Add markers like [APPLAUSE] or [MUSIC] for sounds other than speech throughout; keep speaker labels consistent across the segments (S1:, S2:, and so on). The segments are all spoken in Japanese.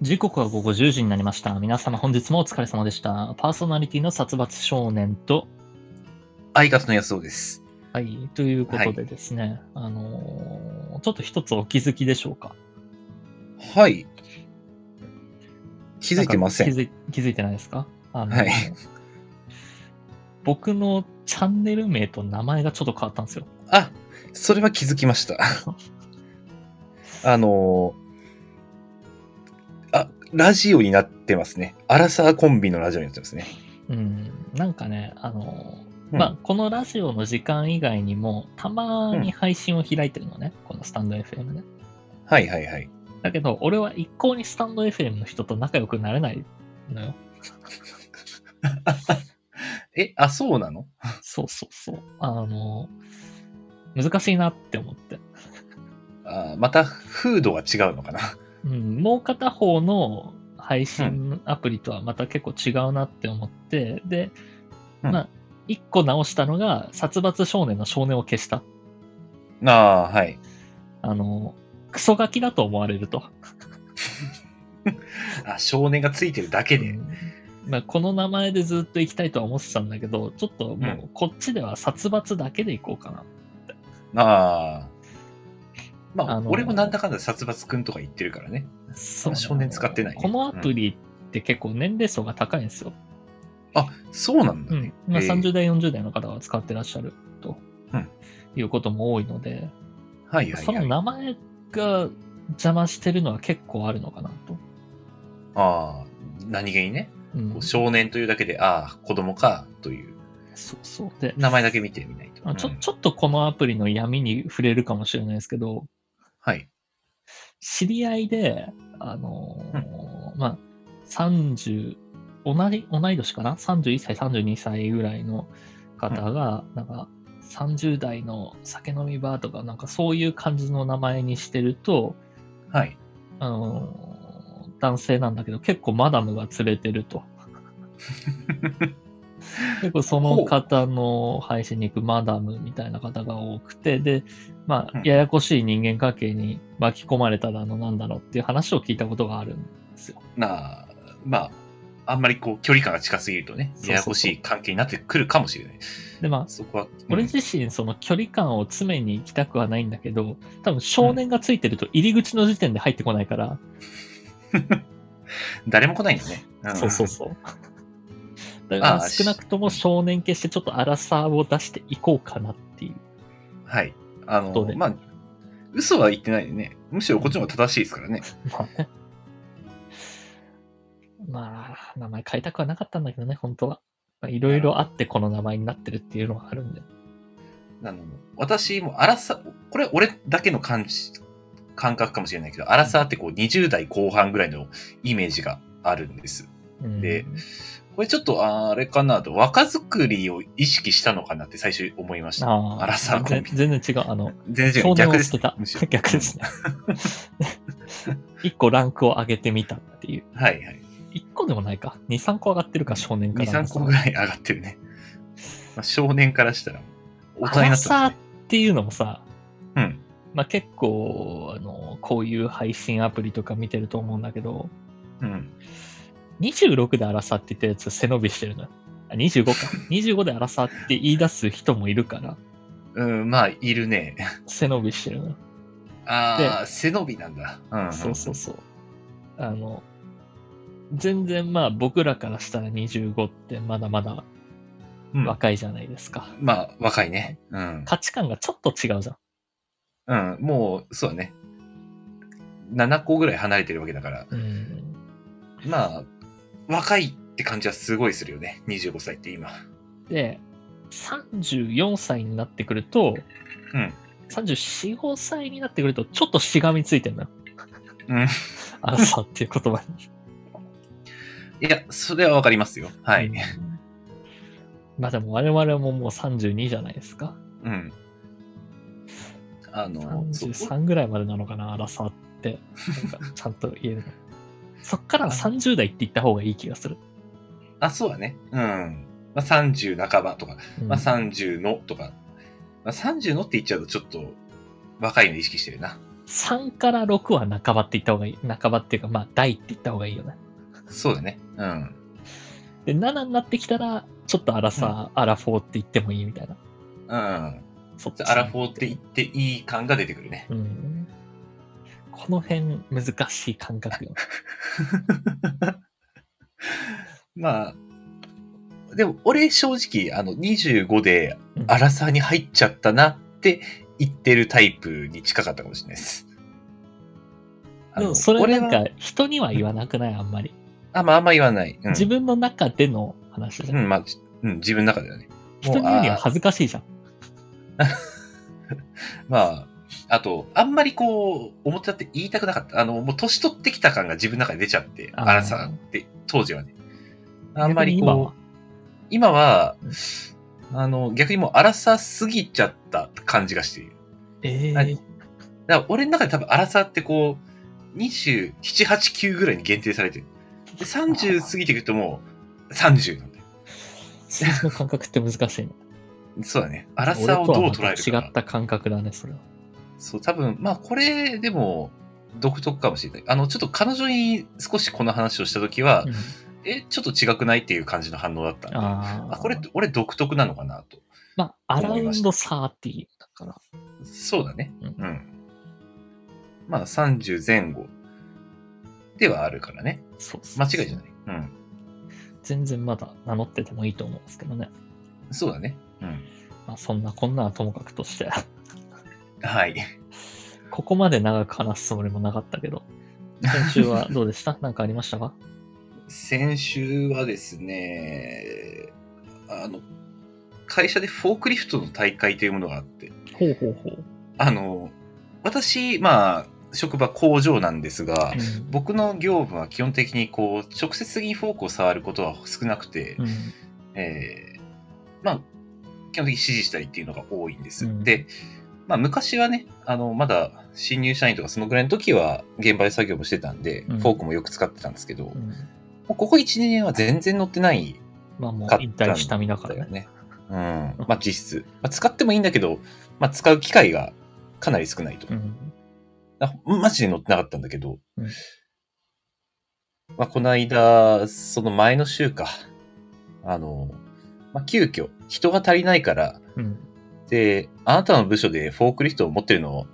S1: 時刻は午後10時になりました。皆様本日もお疲れ様でした。パーソナリティの殺伐少年と、
S2: 相方の安尾です。
S1: はい、ということでですね、あのーちょっと一つお気づきでしょうか。
S2: はい。気づいてません。
S1: なか気づい気づいてないですかあのー
S2: はい
S1: 僕のチャンネル名と名前がちょっと変わったんですよ。
S2: あ、それは気づき
S1: [LAUGHS]
S2: ました。あのーあ、ラジオになってますね。アラサーコンビのラジオになってますね。
S1: うん、なんかね、あのー
S2: うん
S1: まあ、このラジオの時間以外にも、たまに配信を開いてるのね、このスタンド FM ね。
S2: はいはいはい。
S1: だけど、俺は一向にスタンド FM の人と仲良くなれないのよ。
S2: え、あ、そうなの
S1: そうそうそう。あの、難しいなって思って。
S2: あまた、風土が違うのかな。
S1: うん、もう片方の配信アプリとはまた結構違うなって思って、で、
S2: うん
S1: まあ、一個直したのが、殺伐少年の少年を消した。
S2: ああー、はい。
S1: あの、クソガキだと思われると。
S2: あ、少年がついてるだけ
S1: う
S2: で。
S1: んまあ、この名前でずっと行きたいとは思ってたんだけど、ちょっともううこっちでは殺伐だけで行こうかな。
S2: ああ。まあ、
S1: あのー
S2: 俺もなんだかんだ殺伐くんとか言ってるからね。
S1: そう
S2: 少年使ってないね
S1: このアプリって結構年齢層が高いんですよ。
S2: あ、そうなんだ
S1: う
S2: ね。
S1: んまあ、
S2: えー
S1: 30代、40代の方が使ってらっしゃると、
S2: うん
S1: いうことも多いので、
S2: はいはい
S1: そ
S2: は
S1: の
S2: い。
S1: 名前が邪魔してるのは結構あるのかなと。
S2: ああ、何気にね。
S1: うん
S2: こう少年というだけで、ああ、子供か、という、
S1: そうそうで、
S2: 名前だけ見てみないと。
S1: あちょ
S2: うん
S1: ちょっとこのアプリの闇に触れるかもしれないですけど、
S2: はい。
S1: 知り合いで、あのーまあ、30同じ、同い年かな ?31 歳、32歳ぐらいの方が、なんか、30代の酒飲みバーとか、なんかそういう感じの名前にしてると、
S2: はい。
S1: あのー男性なんだけど、結構マダムが連れてる
S2: [LAUGHS]
S1: と。結構その方の配信に行くマダムみたいな方が多くて、で、まあ
S2: う、ん
S1: ややこしい人間関係に巻き込まれただのなんだろうっていう話を聞いたことがあるんですよ。
S2: なあ、まあ、あんまりこう、距離感が近すぎるとね
S1: そうそう、そう
S2: ややこしい関係になってくるかもしれない。
S1: で、まあ、
S2: そこは、
S1: 俺
S2: うん
S1: 自身その距離感を詰めに行きたくはないんだけど、多分少年がついてると入り口の時点で入ってこないから、
S2: 誰も来ないんだね。ん
S1: そうそう [LAUGHS] そう。だから
S2: ああ
S1: 少なくとも少年系してちょっと荒さを出していこうかなっていう。
S2: はい。あの
S1: どうね、
S2: まあ、嘘は言ってないでね。むしろこっちの方が正しいですからね。
S1: まあね。 [LAUGHS] まあ、名前変えたくはなかったんだけどね、本当は。まあいろいろあってこの名前になってるっていうのはあるんで。
S2: あの、私も、アラサー、これ俺だけの感じ、感覚かもしれないけど、アラサーってこう、20代後半ぐらいのイメージがあるんです。
S1: うん
S2: でこれちょっとあれかなと、若作りを意識したのかなって最初思いました。
S1: ああ
S2: アラサーコンビ
S1: 全全然違う。あの、
S2: 全然違
S1: 少年
S2: う。
S1: を
S2: 逆
S1: 捨
S2: です
S1: て。た
S2: むしろ。
S1: [LAUGHS] 逆ですね。一個ランクを上げてみたっていう。
S2: はいはい。
S1: 一個でもないか。二、三個上がってるか、少年か
S2: 2、
S1: ら。
S2: 3個ぐらい上がってるね。
S1: [LAUGHS]
S2: まあ、少年からしたら、大
S1: ア
S2: 人にな
S1: ラ
S2: っ
S1: サーっ。
S2: た
S1: ていうのもさ、
S2: うん。
S1: まあ、結構あの、こういう配信アプリとか見てると思うんだけど、
S2: うん。
S1: 26でアラサーって言ってるやつ背伸びしてるのよ。あ25か。25でアラサーって言い出す人もいるから、
S2: うん、まあ、いるね。
S1: 背伸びしてるのよ。
S2: ああ、背伸びなんだ。うん。
S1: そうそうそう。あの、全然まあ僕らからしたら25ってまだまだ
S2: うん。
S1: 若いじゃないですか。
S2: まあ、若いね。うん。
S1: 価値観がちょっと違うじゃん。
S2: うん。もう、そうだね。7個ぐらい離れてるわけだから、
S1: うん、
S2: まあ、若いって感じはすごいするよね。25歳って今。
S1: で、34歳になってくると、
S2: うん。
S1: 34、5歳になってくると、ちょっとしがみついてるのよ。
S2: うん。
S1: アラサーっていう言葉に。
S2: いや、それはわかりますよ。は
S1: う
S2: い
S1: ん。。まあでも我々ももう32じゃないですか。
S2: うん。あの、そう
S1: 33ぐらいまでなのかな、アラサーって。なんかちゃんと言えるの。そっからは30代って言った方がいい気がする。
S2: あ、そうだね。うん。まあ、30半ばとか、
S1: うん
S2: まあ、30のとか、まあ、30のって言っちゃうとちょっと若いの意識してるな。
S1: 3から6は半ばって言った方がいい。半ばっていうか、まあ、大って言った方がいいよね。
S2: そうだね。うん。
S1: で、7になってきたら、ちょっとアラサー、アラフォーって言ってもいいみたいな。
S2: うん。
S1: そっ
S2: アラフォーって言っていい感が出てくるね。 [LAUGHS]
S1: うん。この辺、難しい感覚よ。
S2: まあ、でも俺正直、あの、25で
S1: うん
S2: アラサーに入っちゃったなって言ってるタイプに近かったかもしれないです。あ
S1: で
S2: の
S1: も、それなん
S2: 俺は
S1: か、人には言わなくないあんまり。
S2: あ、まああんま言わない。うん、
S1: 自分の中での話じゃん。
S2: うん、まあ、うん、自分の中ではね。も
S1: 人
S2: う
S1: に言うには
S2: あー
S1: 恥ずかしいじゃん。
S2: まあ、あと、あんまりこう、表立って言いたくなかった。あの、もう年取ってきた感が自分の中で出ちゃって、
S1: あー
S2: アラサーって、当時はね。あんまり
S1: 逆に今
S2: こ
S1: は
S2: う、今は
S1: う、
S2: あの、逆にもうアラサー過ぎちゃった感じがしている。
S1: ええ
S2: はいだから俺の中で多分アラサーってこう、27、8、9ぐらいに限定されてる。で30過ぎてくるともう、30なんだよ。
S1: 数字の感覚って難しいね。
S2: そうだね。アラサーをどう捉え
S1: 俺
S2: る
S1: と
S2: か
S1: はまた
S2: な。
S1: 違った感覚だね、それは。
S2: そう、多分、まあ、これでも独特かもしれない。あの、ちょっと彼女に少しこの話をしたときは、
S1: うん
S2: え、ちょっと違くないっていう感じの反応だったんで、あ
S1: ああ。
S2: これ、俺独特なのかなと。
S1: まあ、アラウ
S2: 思いま
S1: ン
S2: し
S1: ド
S2: た
S1: サーティだから。
S2: そうだね。
S1: うん
S2: うん。まあ、30前後ではあるからね。
S1: そうそう
S2: 間違いじゃない。うん。
S1: 全然まだ名乗っててもいいと思うんですけどね。
S2: そうだね。うん。
S1: まあ、そんなこんなはともかくとして、 [LAUGHS]
S2: はい。
S1: ここまで長く話すつもりもなかったけど、先週はどうでした [LAUGHS] なんかありましたか
S2: 先週はですね、あの、会社でフォークリフトの大会というものがあって、
S1: ほうほうほう。
S2: あの、私、まあ、職場工場なんですが、僕の業務は基本的にこう、直接的にフォークを触ることは少なくて、
S1: うん。
S2: えーまあ、基本的に指示したりっていうのが多いんです。
S1: うん
S2: で、まあ、昔はね、あの、まだ新入社員とかそのぐらいの時は現場で作業もしてたんで、
S1: うん
S2: フォークもよく使ってたんですけど、も
S1: うん
S2: うここ1、2年は全然乗ってない
S1: まあもう
S2: 買った
S1: 引退した身だか
S2: だ
S1: ら
S2: よ
S1: ね。
S2: ね。うん。まあ、実質。まあ、使ってもいいんだけど、まあ、使う機会がかなり少ないと。
S1: うん。
S2: なマジで乗ってなかったんだけど、
S1: うん
S2: まあ、この間、その前の週か、あの、まあ、急遽、人が足りないから、
S1: うん。
S2: で、あなたの部署でフォークリフトを持ってるの、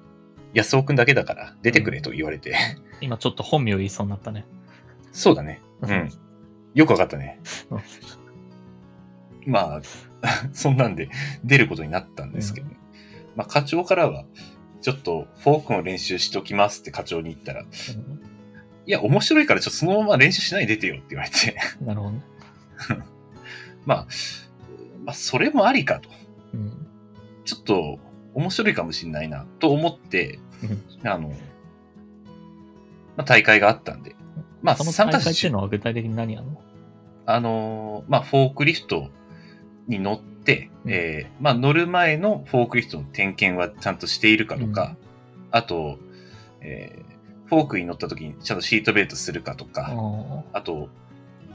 S2: 安尾くんだけだから、出てくれと言われて、
S1: 今ちょっと本名言いそうになったね。
S2: そうだね。うん。よくわかったね
S1: うん。
S2: まあ、 [LAUGHS] そんなんで出ることになったんですけどね。まあ、課長からは、ちょっとフォークの練習しておきますって課長に言ったら、いや、面白いから、ちょっとそのまま練習しないで出てよって言われて、 [LAUGHS]
S1: うんなるほどね。
S2: まあ、まあ、それもありかと。
S1: うん。
S2: ちょっと、面白いかもしれないな、と思って、あの、まあ、大会があったんで、まあ、
S1: その
S2: 参
S1: 大
S2: 加
S1: 会
S2: 者
S1: っていうのは具体的に何やるの
S2: あのーまあ、フォークリフトに乗って、
S1: うん
S2: えーまあ、乗る前のフォークリフトの点検はちゃんとしているかとか、あと、えーフォークに乗った時にちゃんとシートベルトするかとか、
S1: ああ。
S2: あと、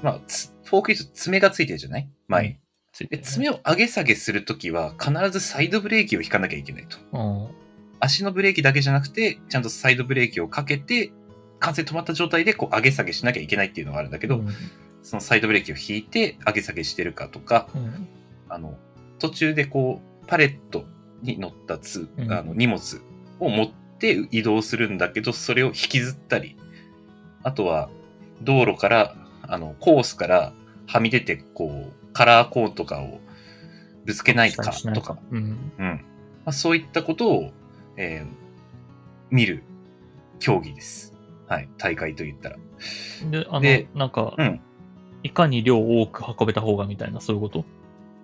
S2: まあ、つフォークリフト爪がついてるじゃない前に。
S1: ついて
S2: で
S1: るね
S2: 爪を上げ下げするときは必ずサイドブレーキを引かなきゃいけないと。
S1: うん。
S2: 足のブレーキだけじゃなくて、ちゃんとサイドブレーキをかけて、完全に止まった状態でこう上げ下げしなきゃいけないっていうのがあるんだけど、
S1: うん
S2: そのサイドブレーキを引いて上げ下げしてるかとか、
S1: うん
S2: あの、途中でこう、パレットに乗ったつ、
S1: うん
S2: あの、荷物を持って移動するんだけど、それを引きずったり、あとは、道路から、あの、コースからはみ出て、こう、カラーコーンとかをぶつけないか
S1: しない
S2: とか、
S1: うん。
S2: うん。まあ、そういったことを、えー見る競技です。はい。大会と言ったら。
S1: で、あ
S2: で
S1: の、なんか
S2: う、ん。
S1: いかに量を多く運べた方がみたいな、そういうこと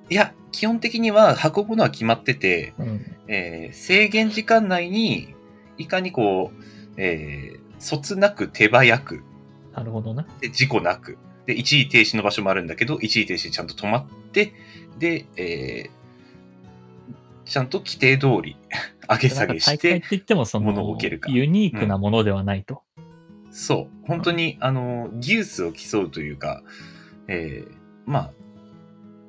S2: いや、基本的には運ぶのは決まってて、
S1: うん。
S2: えー制限時間内にいかにこう、えー、そつなく手早く
S1: なるほどね。
S2: で事故なくで一時停止の場所もあるんだけど一時停止にちゃんと止まってで、えーちゃんと規定通り [LAUGHS] 上げ下げし
S1: なんか大会ってて言っても、そ
S2: 物を
S1: の
S2: 受ける、か
S1: ユニークなものではないと。
S2: そう本当にあの技術を競うというか、えーまあ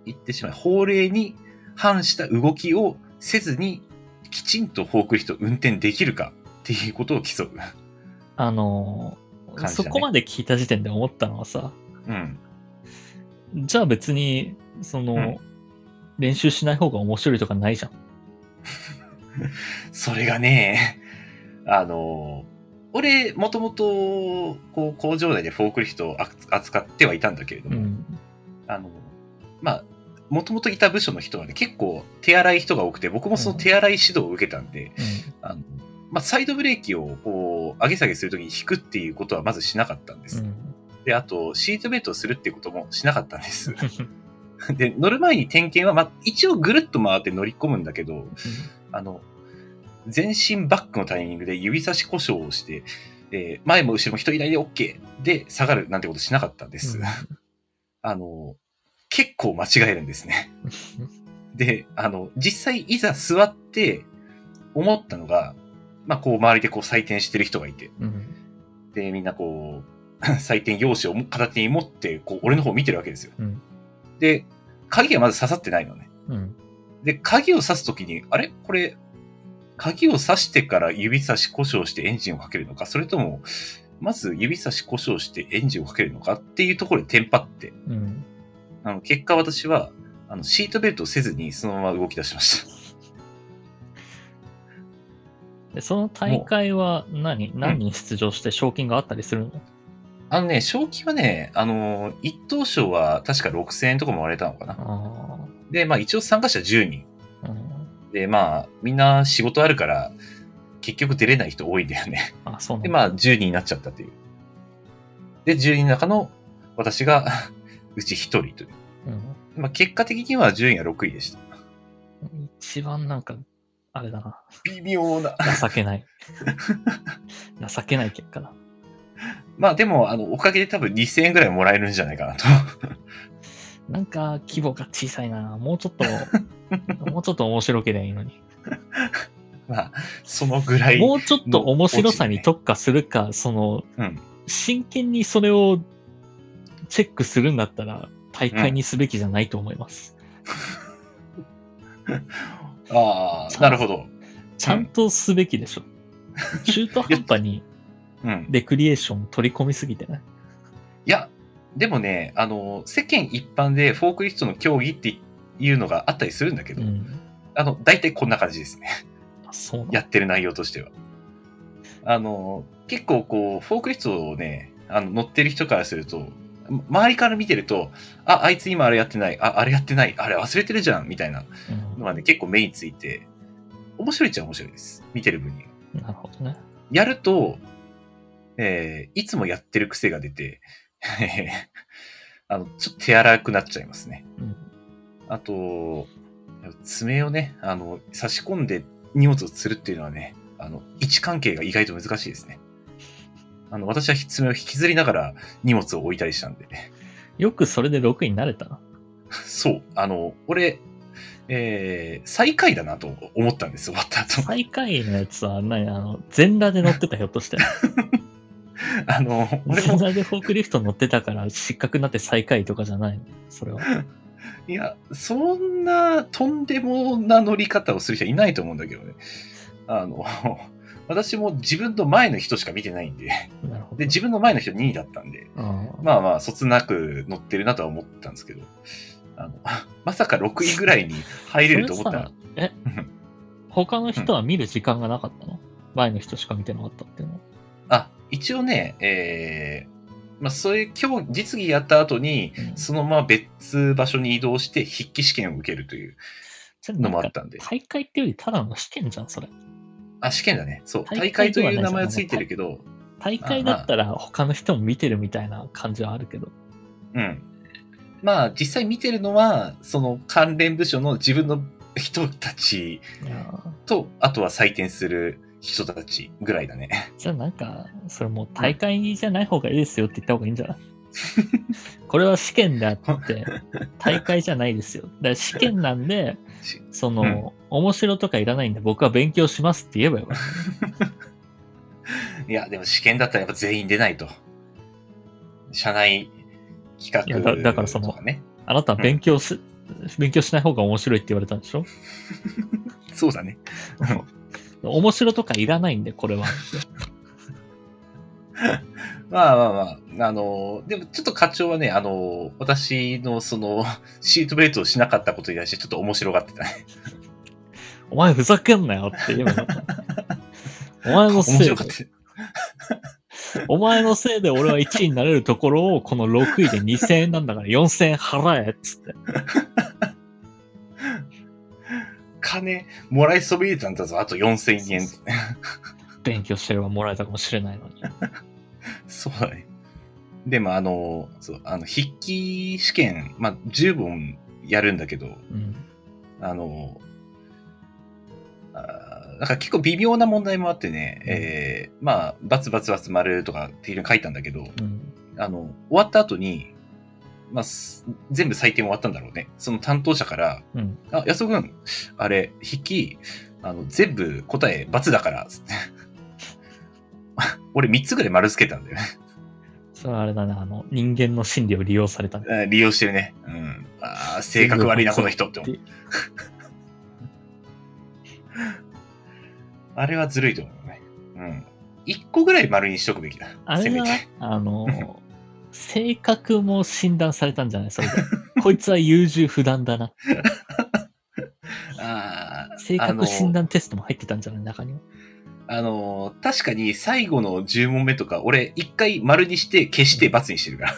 S2: 言ってしまえば法令に反した動きをせずにきちんとフォークリフトを運転できるかっていうことを競う。
S1: あのー
S2: 感じだ
S1: そ
S2: ね
S1: こまで聞いた時点で思ったのはさ、
S2: うん。
S1: じゃあ別に、その、
S2: うん
S1: 練習しない方が面白いとかないじゃん。
S2: それがね、 [LAUGHS] あの、俺、もともと、こう、工場内でフォークリフトを扱扱ってはいたんだけれど
S1: う
S2: も、
S1: ん。
S2: あの、まあ、もともといた部署の人はね、結構手荒い人が多くて、僕もその手荒い指導を受けたんで、あの、まあ、サイドブレーキをこう、上げ下げするときに引くっていうことはまずしなかったんで
S1: う
S2: す。
S1: ん。
S2: で、あと、シートベルトをするっていうこともしなかったんです。 [LAUGHS] で、乗る前に点検は、まあ、一応ぐるっと回って乗り込むんだけど、あの、全身バックのタイミングで指差し故障をして、えー前も後ろも人いないで OK で下がるなんてことしなかったんです。あの、結構間違えるんで
S1: [LAUGHS]
S2: すね。で、あの、実際いざ座って思ったのが、まあ、こう周りでこう採点してる人がいて、
S1: うん。うん。
S2: で、みんなこう、 [LAUGHS] 採点用紙を片手に持って、こう、俺の方を見てるわけですよ。
S1: うん
S2: で、鍵がまず刺さってないのね。
S1: うん。
S2: で、鍵を刺すときに、あれこれ、鍵を刺してから指差し故障してエンジンをかけるのか、それとも、まず指差し故障してエンジンをかけるのかっていうところでテンパって、
S1: うん。
S2: あの結果私はあのシートベルトをせずにそのまま動き出しました。
S1: でその大会は何何人出場して賞金があったりするの、
S2: あのね、賞金はね、あのー、一等賞は確か6000円とかも割れたのかな。
S1: あ
S2: で、まあ一応参加者10人。
S1: あ、うん。
S2: で、まあみんな仕事あるから、結局出れない人多いんだよね。
S1: あ、そうな
S2: で、
S1: んだ。
S2: まあ、10人になっちゃったという。で、10人の中の私が [LAUGHS] うち1人という。まあ、結果的には順位は6位でした。
S1: うん、一番なんか、あれだな。
S2: 微妙な。
S1: 情けない。情けない結果だ。
S2: まあ、でも、あの、おかげで多分2000円ぐらいもらえるんじゃないかなと。 [LAUGHS]
S1: なんか規模が小さいな。もうちょっ
S2: [LAUGHS]
S1: と、もうちょっと面白ければいいのに。
S2: まあ、そのぐらい。
S1: もうちょっと面白さに特化するか、その、
S2: うん。
S1: 真剣にそれをチェックするんだったら、大会にすべきじゃないと思います。
S2: ああ、なるほど。
S1: ちゃんとすべきでしょ。中途半端に
S2: うん。
S1: レクリエーション取り込みすぎてね。
S2: いや、でもね、あの、世間一般でフォークリフトの競技っていうのがあったりするんだけ
S1: う
S2: ど、
S1: ん。
S2: あの、大体こんな感じですね。
S1: あそうなん
S2: やってる内容としては。あの、結構こう、フォークリフトをね、あの乗ってる人からすると、ま周りから見てると、あ、あいつ今あれやってない、あ、あれやってない、あれ忘れてるじゃん、みたいな
S1: うん
S2: のがね、結構目について、面白いっちゃ面白いです。見てる分には。
S1: なるほどね。
S2: やると、えーいつもやってる癖が出て、 [LAUGHS] あの、ちょっと手荒くなっちゃいますね。
S1: うん
S2: あと、爪をね、あの、差し込んで荷物を吊るっていうのはね、あの、位置関係が意外と難しいですね。あの、私は爪を引きずりながら荷物を置いたりしたんで。 [LAUGHS]
S1: よくそれで6位になれたな。
S2: そう、あの、俺、えー、最下位だなと思ったんです、終わった後。
S1: 最下位のやつは何、あの、全裸で乗ってた、ひょっとして。
S2: [LAUGHS] あの、 [LAUGHS] 俺
S1: 全 [LAUGHS]
S2: も、
S1: 裸でフォークリフト乗ってたから失格になって最下位とかじゃないのそれは。
S2: いや、そんな、とんでもな乗り方をする人はいないと思うんだけどね。あの、 [LAUGHS] 私も自分の前の人しか見てないんで、
S1: なるほど。
S2: で、自分の前の人2位だったんで、
S1: ああ
S2: まあまあ、そつなく乗ってるなとは思ったんですけど、あの [LAUGHS] まさか6位ぐらいに入れると思ったら、
S1: それさえ
S2: うん
S1: 他の人は見る時間がなかったの、前の人しか見てなかったっていうのは。
S2: あ、一応ね、えーまあそういう今日実技やった後に、
S1: うん
S2: そのまま別場所に移動して筆記試験を受けるという
S1: じゃあ
S2: のもあ
S1: な
S2: っ
S1: んか
S2: たんで、
S1: 大会っていうよりただの試験じゃん、それ。
S2: あ、試験だね。そう、
S1: 大
S2: 大
S1: 会
S2: 会
S1: で
S2: と
S1: はない
S2: いう名前はついてるけど、
S1: 大会だったら他の人も見てるみたいな感じはあるけど。
S2: うん。まあ実際見てるのは、その関連部署の自分の人たち
S1: いやー
S2: と、あとは採点する人たちぐらいだね。
S1: じゃあなんか、それもう大会じゃない方がいいですよって言った方がいいんじゃない
S2: [LAUGHS]
S1: これは試験であって、大会じゃないですよ。だから試験なんで
S2: [LAUGHS] し、
S1: その、
S2: うん
S1: 面白とかいらないんで僕は勉強しますって言えばよかっ
S2: いや、でも試験だったらやっぱ全員出ないと。社内企画
S1: いやだだからその
S2: とかね。
S1: た。あなたは勉強し、勉強しない方が面白いって言われたんでしょ
S2: そうだね。
S1: 面白とかいらないんで、これは。
S2: まあまあまあ、あの、でもちょっと課長はね、あの、私のその、シートベルトをしなかったことに対してちょっと面白がってたね。
S1: お前ふざけんなよって言えばよかった。お前の
S2: [LAUGHS] 面
S1: せい
S2: 白かっ
S1: で
S2: た、。
S1: お前のせいで俺は1位になれるところを、この6位で2000円なんだから4000円払えっつって。
S2: 金もらいそびれたんだぞ、あと4000円。
S1: 勉強してればもらえたかもしれないのに。
S2: そうだね。でもあの、そう、あの、筆記試験、まあ、10本やるんだけど、
S1: うん。
S2: あの、あーなんか結構微妙な問題もあってね、
S1: うん
S2: えーまあ、バツバツバツ丸とかっていうの書いたんだけど、
S1: うん。
S2: あの、終わった後に、まあ、す全部採点終わったんだろうね。その担当者から、
S1: うん。
S2: あ、安尾くん、あれ、筆記、あの、全部答え×だから、つって。 [LAUGHS] 俺3つぐらい丸つけたんだよね
S1: それはあれだな、あの、人間の心理を利用されたね。
S2: あ。利用してるね。うん。あー性格悪いな、この人って思う
S1: で
S2: [LAUGHS] あれはずるいと思うね。うん。1個ぐらい丸にしとくべきだ。
S1: あれ
S2: せめ
S1: は
S2: て。、
S1: あの、性格も診断されたんじゃないそれで。こいつは優柔不断だな。
S2: あー
S1: 性
S2: あの
S1: 格診断テストも入ってたんじゃない中には。
S2: あのー、確かに最後の10問目とか、俺一回丸にして消して×にしてる [LAUGHS] か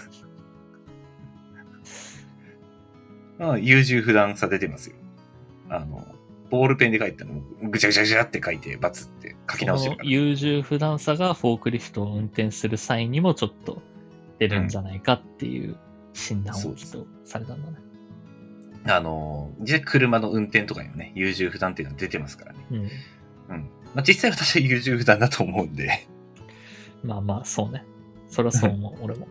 S2: ら。うん、優柔不断さ出てますよ。あの、ボールペンで書いたのぐちゃぐちゃぐちゃって書いて×って書き直してる
S1: そ
S2: か
S1: の
S2: ら。
S1: 優柔不断さがフォークリフトを運転する際にもちょっと出るんじゃないかっていう診断
S2: そ
S1: を
S2: う
S1: きっとされたんだね。
S2: あのー、実際車の運転とかにもね、優柔不断っていうのは出てますからね。
S1: うん。
S2: うん。まあ、実際私は優柔不断だと思うんで、 [LAUGHS]
S1: まあまあ、そうね。そりゃそう思う、俺
S2: [LAUGHS]
S1: も。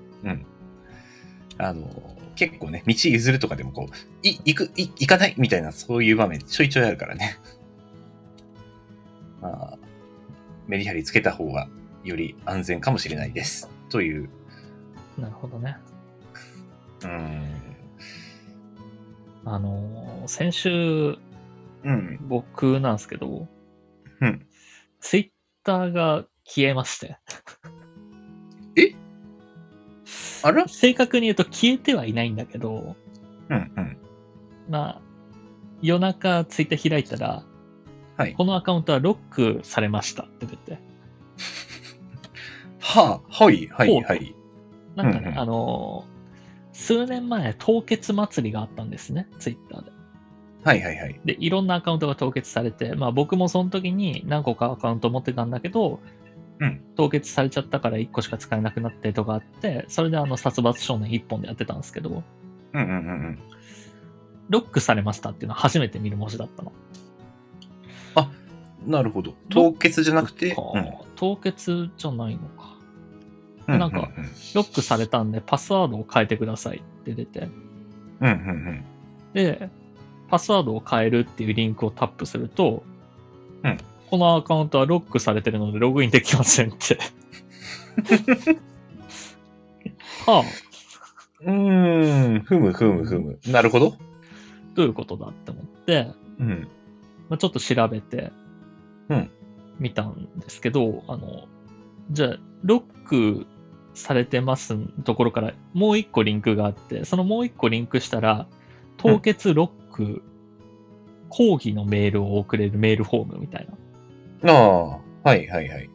S2: あのー、結構ね、道譲るとかでもこう、い、行く、い、行かないみたいな、そういう場面ちょいちょいあるからね。 [LAUGHS] まあ、メリハリつけた方がより安全かもしれないです。という、
S1: なるほどね。
S2: うん、
S1: あのー先週、
S2: うん、
S1: 僕なんですけど、
S2: うん。
S1: ツイッターが消えまして。
S2: あら
S1: 正確に言うと消えてはいないんだけど、
S2: うん、うん。
S1: まあ、夜中ツイッター開いたら、
S2: はい
S1: このアカウントはロックされましたって出て。
S2: はあ、はい、はい、はい。
S1: なんかね、
S2: うんうん
S1: あのー数年前、凍結祭りがあったんですね、ツイッターで。
S2: はい、はい、はい。
S1: で、いろんなアカウントが凍結されて、まあ僕もその時に何個かアカウント持ってたんだけど、
S2: うん
S1: 凍結されちゃったから1個しか使えなくなってとかあって、それであの殺伐少年1本でやってたんですけど、
S2: うん、うん、うんうん。
S1: ロックされましたっていうのは初めて見る文字だったの。
S2: なるほど。凍結じゃなくて、
S1: か凍結じゃないのか。
S2: うう
S1: なんか、ロックされたんでパスワードを変えてくださいって出て、
S2: うん、うん、うん。
S1: で、パスワードを変えるっていうリンクをタップすると、
S2: うん
S1: このアカウントはロックされてるのでログインできませんっ
S2: [LAUGHS]
S1: て。はあ、
S2: うーん、ふむふむふむ。なるほど。
S1: どういうことだって思って、
S2: うん。
S1: まあ、ちょっと調べて、
S2: うん
S1: 見たんですけど、あの、じゃあ、ロックされてますところからもう一個リンクがあって、そのもう一個リンクしたら、凍結ロック、講義のメールを送れるメールフォームみたいな。
S2: ああ、はい、はい、はい。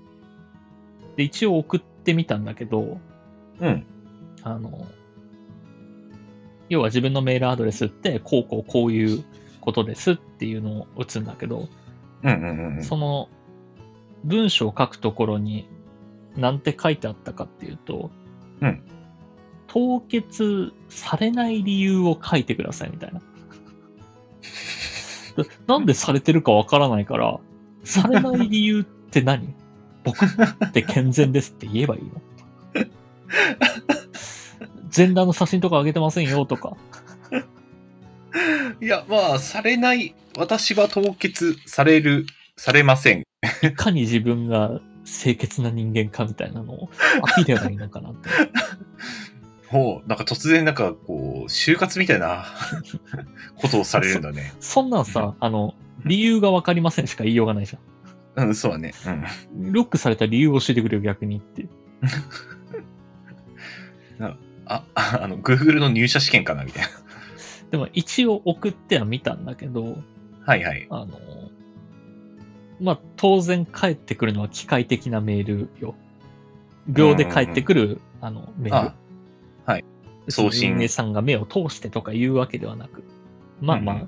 S1: で、一応送ってみたんだけど、
S2: うん。
S1: あの、要は自分のメールアドレスって、こうこうこういうことですっていうのを打つんだけど、
S2: うんうんうんうん。
S1: その文章を書くところに何て書いてあったかっていうと、
S2: うん
S1: 凍結されない理由を書いてくださいみたいな。 [LAUGHS] でなんでされてるかわからないから、されない理由って何僕って健全ですって言えばいいのジェンダーの写真とか上げてませんよとか。
S2: いや、まあ、されない、私は凍結される、されません。
S1: いかに自分が清潔な人間かみたいなのをアピればいいのかなって。
S2: ほう、なんか突然、なんかこう、就活みたいな [LAUGHS] ことをされるんだね。
S1: そんなんさ、あの、理由がわかりませんしか言いようがないじゃん。
S2: うん、そうだね。
S1: ロックされた理由を教えてくれよ、逆にって。
S2: うん。あ、ああの、Google の入社試験かなみたいな。
S1: でも一応送ってはみたんだけど、
S2: はいはい。
S1: あの、まあ、当然返ってくるのは機械的なメールよ。秒で返ってくる、あの、メール
S2: あ。はい。送信
S1: 運営さんが目を通してとか言うわけではなく、まあまあ、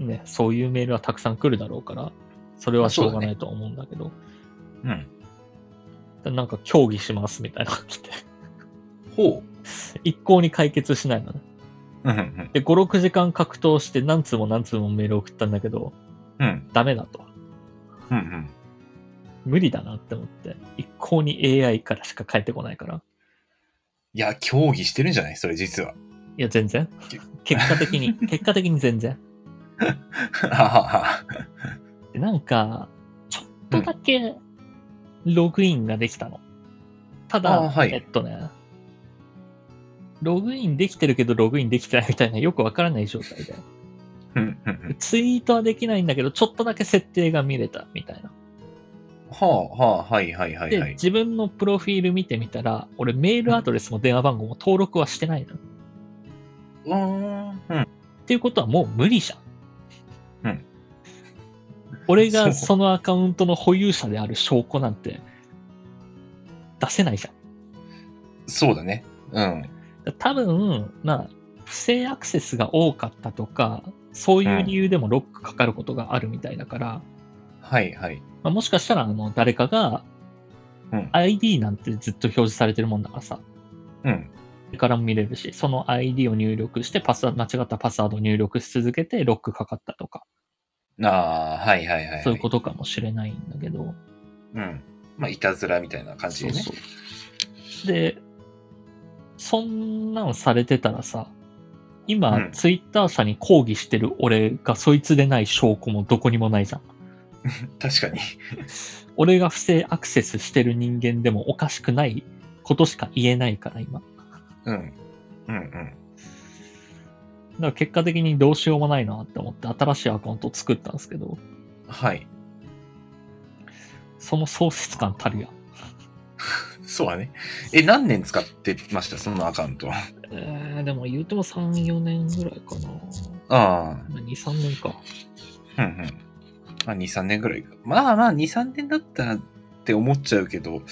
S2: うん
S1: ね、そういうメールはたくさん来るだろうから、それはしょうがないとは思うんだけど、
S2: うん。
S1: なんか協議しますみたいなのが来て、
S2: ほ
S1: 一向に解決しないのね。
S2: う。うんうん
S1: で、5、6時間格闘して何通も何通もメール送ったんだけど、
S2: うん。うん
S1: ダメだと。
S2: うんうん。
S1: 無理だなって思って、一向に AI からしか返ってこないから。
S2: いや、協議してるんじゃないそれ実は。
S1: いや、全然。結果的
S2: [LAUGHS]
S1: に、結果的に全然。
S2: ははは
S1: でなんか、ちょっとだけログインができたの。ただ、
S2: あーはい
S1: えっとね、ログインできてるけどログインできてないみたいなよくわからない状態で。
S2: うんうんうん
S1: ツイートはできないんだけど、ちょっとだけ設定が見れたみたいな。
S2: はあ、はあ、はいはいはい
S1: で、
S2: はい。
S1: 自分のプロフィール見てみたら、俺メールアドレスも電話番号も登録はしてないの。っ
S2: うーん。うん。
S1: ていうことはもう無理じゃん。
S2: うん。
S1: 俺
S2: そ
S1: が
S2: う
S1: そのアカウントの保有者である証拠なんて出せないじゃん。
S2: そうだね。うん。
S1: 多分、まあ、不正アクセスが多かったとか、そういう理由でもロックかかることがあるみたいだから、
S2: はいはい。
S1: まあ、もしかしたらあの誰かが
S2: うん
S1: ID なんてずっと表示されてるもんだからさ、
S2: うん。
S1: それからも見れるし、その ID を入力してパスワ、間違ったパスワードを入力し続けてロックかかったとか、
S2: ああ、はいはいはいはい。。
S1: そういうこととかもしれないんだけど、
S2: うん。まあ、いたずらみたいな感じでね。
S1: そうそうで、そんなんされてたらさ、今、
S2: うん
S1: ツイッター社に抗議してる俺がそいつでない証拠もどこにもないじゃん。
S2: 確かに。
S1: 俺が不正アクセスしてる人間でもおかしくないことしか言えないから今。だか
S2: うん。うんうん。
S1: ら結果的にどうしようもないなって思って新しいアカウントを作ったんですけど、
S2: はい。
S1: その喪失感たるやん。
S2: そうだね。え、何年使ってましたそのアカウント。あ
S1: えー、でも言うても3、4年ぐらいかな。
S2: あ。
S1: 2、3年か。
S2: うんうん。まあ、2、3年ぐらいか。まあまあ、2、3年だったらって思っちゃうけど。っ
S1: っ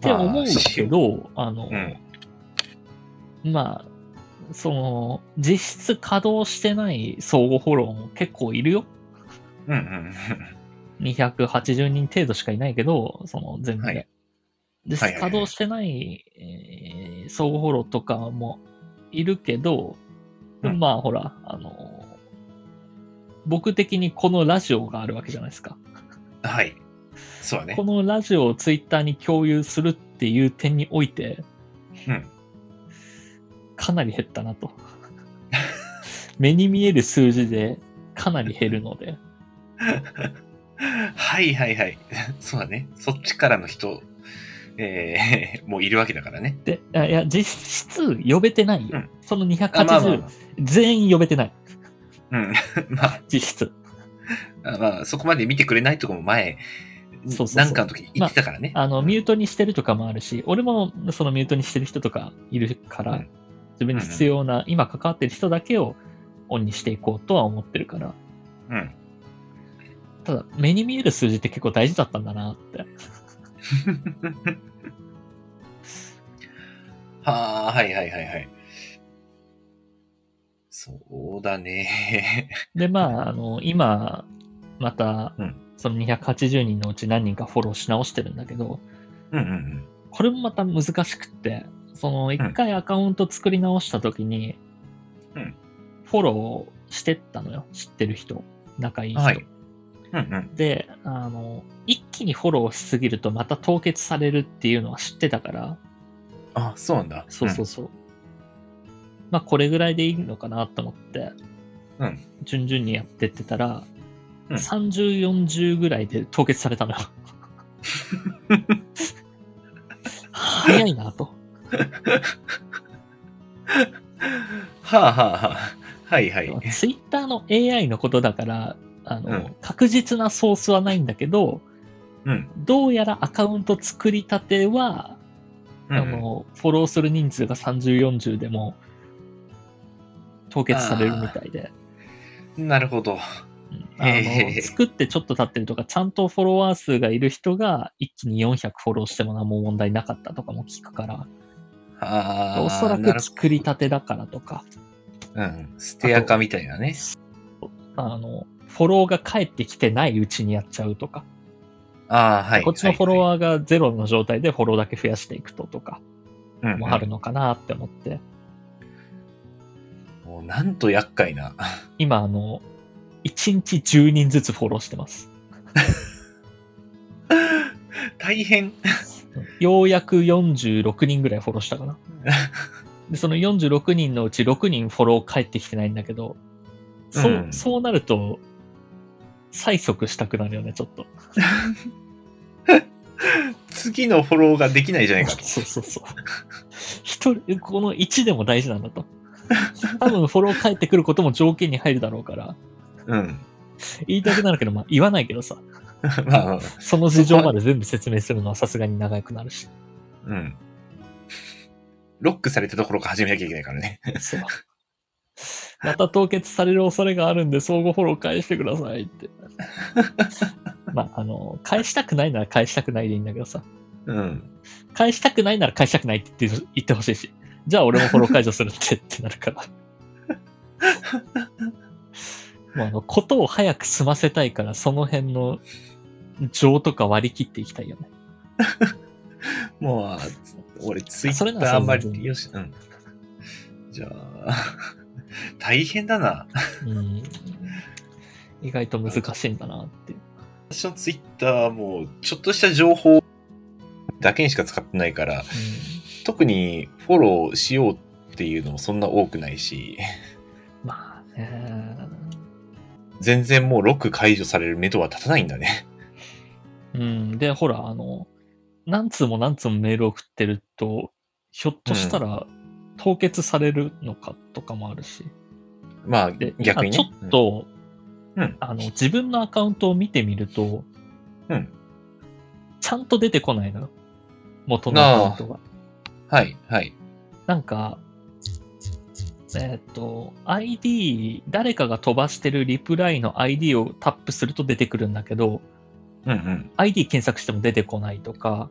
S1: て思うけ。ど、あの、
S2: うん。
S1: まあ、その、実質稼働してない相互フォローも結構いるよ。
S2: うんうん。
S1: 280人程度しかいないけど、その全部
S2: は
S1: で
S2: い。
S1: 実質
S2: はいはいはい
S1: 稼働してない、えー相互フォローとかもいるけど、
S2: うん
S1: まあほら、あの、僕的にこのラジオがあるわけじゃないですか。
S2: はい。そうだね
S1: こ。のラジオをツイッターに共有するっていう点において、
S2: うん
S1: かなり減ったな
S2: [LAUGHS]
S1: と。目に見える数字でかなり減るので、
S2: はいはいはい。 [LAUGHS] そうだね。そっちからの人、えー、も [LAUGHS] ういるわけだからね。
S1: でいやいや実質呼べてないよ、
S2: うん
S1: その
S2: あ
S1: 280、
S2: まあまあまあ
S1: 全員呼べてない、
S2: うん。 [LAUGHS] まあ、
S1: 実質。
S2: あまあ、そこまで見てくれないとかも前、
S1: そうそうそう
S2: なんかの時言ってたからね。
S1: あのミュートにしてるとかもあるし、俺もそのミュートにしてる人とかいるから、
S2: うん
S1: 自分に必要な、今関わってる人だけをオンにしていこうとは思ってるから、
S2: うん。 [LAUGHS]
S1: ただ目に見える数字って結構大事だったんだなって。
S2: はあ、はいはいはいはい。そうだね。 [LAUGHS]
S1: で、まあ、あの、今、また
S2: うん、
S1: その280人のうち何人かフォローし直してるんだけど、
S2: うんうん
S1: これもまた難しくって、その一回アカウント作り直した時に
S2: うん、
S1: フォローしてったのよ。知ってる人、仲いい
S2: うん。
S1: 人。
S2: はい。うんうん。
S1: で、あの、一気にフォローしすぎるとまた凍結されるっていうのは知ってたから、
S2: あ、そうなんだ。
S1: そうそうそう。まあ、これぐらいでいいのかなと思って、
S2: うん
S1: 順々にやってってたら、
S2: うん
S1: 30、40ぐらいで凍結されたのよ。早いなと。
S2: はあはあはあ。はいはい。
S1: ツイッターの AI のことだから、あの、
S2: うん
S1: 確実なソースはないんだけど、
S2: うん。
S1: どうやらアカウント作りたては、
S2: うん
S1: あの、フォローする人数が30、40でも、凍結されるみたいで。
S2: なるほど。
S1: うん
S2: へ
S1: あ
S2: へへ
S1: の作ってちょっと経ってるとか、ちゃんとフォロワー数がいる人が一気に400フォローしても何も問題なかったとかも聞くから、
S2: ああ。
S1: おそら
S2: なる
S1: く作りたてだからとか、
S2: うん。捨てアカみたいなね。
S1: あの、フォローが返ってきてないうちにやっちゃうとか、
S2: ああ、はい。
S1: こっちのフォロ
S2: ー
S1: ワーがゼロの状態でフォローだけ増やしていくととか
S2: も
S1: もあるのかなって思って、
S2: もうなんと厄介な。 [LAUGHS]
S1: 今、あの、1日10人ずつフォローしてます。
S2: 大変。
S1: ようやく46人ぐらいフォローしたかな。で、その46人のうち6人フォロー返ってきてないんだけど、そう、
S2: うん
S1: そうなると、催促したくなるよね、ちょっと。
S2: 次のフォローができないじゃないかと。
S1: そうそうそう。一人、この1でも大事なんだと。多分フォロー返ってくることも条件に入るだ [LAUGHS] ろうから、
S2: うん。 [LAUGHS]
S1: 言いたくなるけど、まあ言わないけどさ、
S2: まあまあ、
S1: その事情まで全部説明するのはさすがに長くなるし。
S2: うん。ロックされたところから始めなきゃいけないからね。 [LAUGHS]
S1: そうまた凍結される恐れがあるんで、相互フォロー返してくださいって。まあ、あの、返したくないなら返したくないでいいんだけどさ、
S2: うん。
S1: 返したくないなら返したくないって言って言ってほしいし、じゃあ俺もフォロー解除するってってなるから。もうあの、ことを早く済ませたいから、その辺の情とか割り切っていきたいよね。
S2: もう、俺ツイ
S1: それ
S2: ッ
S1: な
S2: タ
S1: らそ
S2: ーあ
S1: うん
S2: まり、よし、うん。じゃあ、 [LAUGHS] 大変だな。
S1: うん。意外と難しいんだなっていう。
S2: 私のツイッターはもう、ちょっとした情報だけにしか使ってないから、特にフォローしようっていうのもそんな多くないし、 [LAUGHS]
S1: うん、まあね。
S2: 全然もうロック解除される目処は立たないんだね。 [LAUGHS]
S1: うん、で、ほら、あの、何通も何通もメール送ってると、ひょっとしたら凍結されるのかとかもあるし。
S2: まあ、
S1: で、
S2: 逆にね。
S1: 今ちょっと、
S2: うん
S1: あの、自分のアカウントを見てみると、
S2: うん
S1: ちゃんと出てこないのよ。元のアカウントが。
S2: うんはい、はい。
S1: なんか、えっ、と、ID、誰かが飛ばしてるリプライの ID をタップすると出てくるんだけど、
S2: うんうん。
S1: ID 検索しても出てこないとか、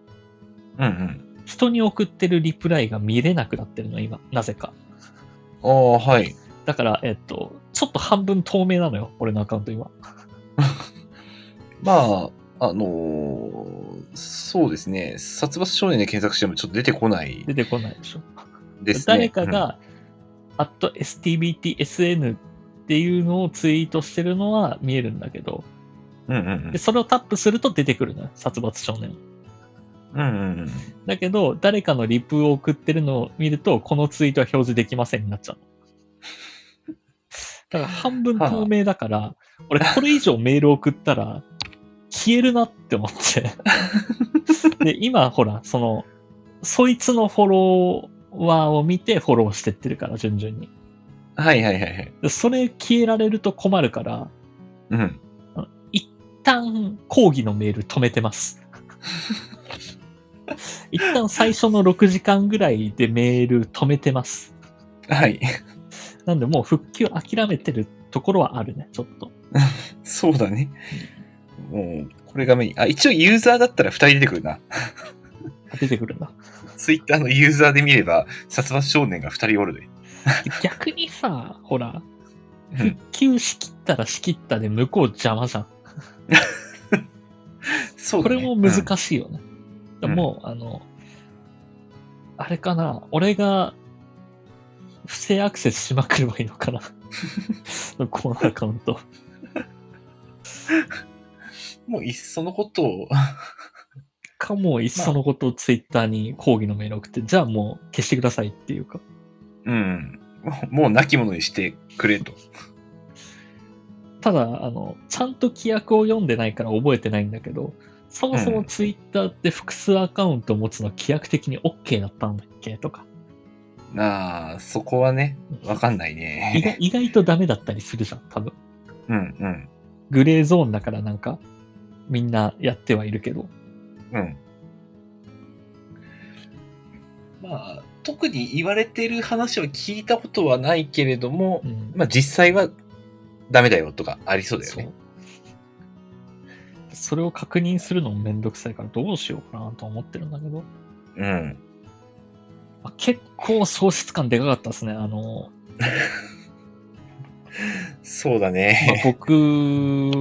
S2: うんうん。
S1: 人に送ってるリプライが見れなくなってるの、今、なぜか。
S2: ああ、はい。
S1: だから、えっと、ちょっと半分透明なのよ、俺のアカウント今。
S2: まあ、あのーそうですね。殺伐少年で検索してもちょっと出てこない
S1: 出てこないでしょ。
S2: ですね。
S1: 誰かが、アット STBTSN っていうのをツイートしてるのは見えるんだけど、
S2: うん、うんうん
S1: でそれをタップすると出てくるのよ、殺伐少年。
S2: うん。うんうんうん。
S1: だけど、誰かのリプを送ってるのを見ると、このツイートは表示できませんになっちゃうの。だから半分透明だから、俺これ以上メール送ったら、消えるなって思って。で、今ほら、その、そいつのフォロワーを見てフォローしてってるから、順々に。
S2: はいはいはいはい。
S1: でそれ消えられると困るから、
S2: うん。
S1: 一旦講義のメール止めてます。 [LAUGHS] 一旦最初の6時間ぐらいでメール止めてます。
S2: はい。 [LAUGHS]
S1: なんでもう復旧諦めてるところはあるね、ちょっと。
S2: そうだね。もう、これがメイン。あ、一応ユーザーだったら2人出てくるな。
S1: 出てくるな。
S2: ツイッターのユーザーで見れば、殺伐少年が2人おるで。
S1: 逆にさ、ほら、
S2: う [LAUGHS]
S1: 復
S2: ん
S1: 旧しきったらしきったで向こう邪魔じゃん。
S2: そう
S1: こ
S2: だね
S1: れも難しいよね。でもう、あの、あれかな、俺が不正アクセスしまくればいいのかな。このアカウント。
S2: うんもういっそのことを、 [LAUGHS]
S1: かもういっそのことをツイッターに抗議のメール送って、じゃあもう消してくださいっていうか。
S2: うん。もう亡き者にしてくれと。
S1: ただ、あの、ちゃんと規約を読んでないから覚えてないんだけど、そもそもツイッターって複数アカウントを持つのは規約的に OK だったんだっけとか。
S2: ああ、そこはね、わかんない
S1: 意
S2: ね
S1: 外。
S2: [LAUGHS]
S1: 意外とダメだったりするじゃん、多分。
S2: うんうん。
S1: グレーゾーンだからなんか、みんなやってはいるけど。
S2: うん。まあ、特に言われてる話は聞いたことはないけれども
S1: う、ん
S2: まあ実際はダメだよとかありそうだよ
S1: そ
S2: ね
S1: う。それを確認するのもめんどくさいからどうしようかなと思ってるんだけど、
S2: うん。
S1: まあ結構喪失感でかかったですね。あの、
S2: そうだ
S1: まあ
S2: ね。
S1: 僕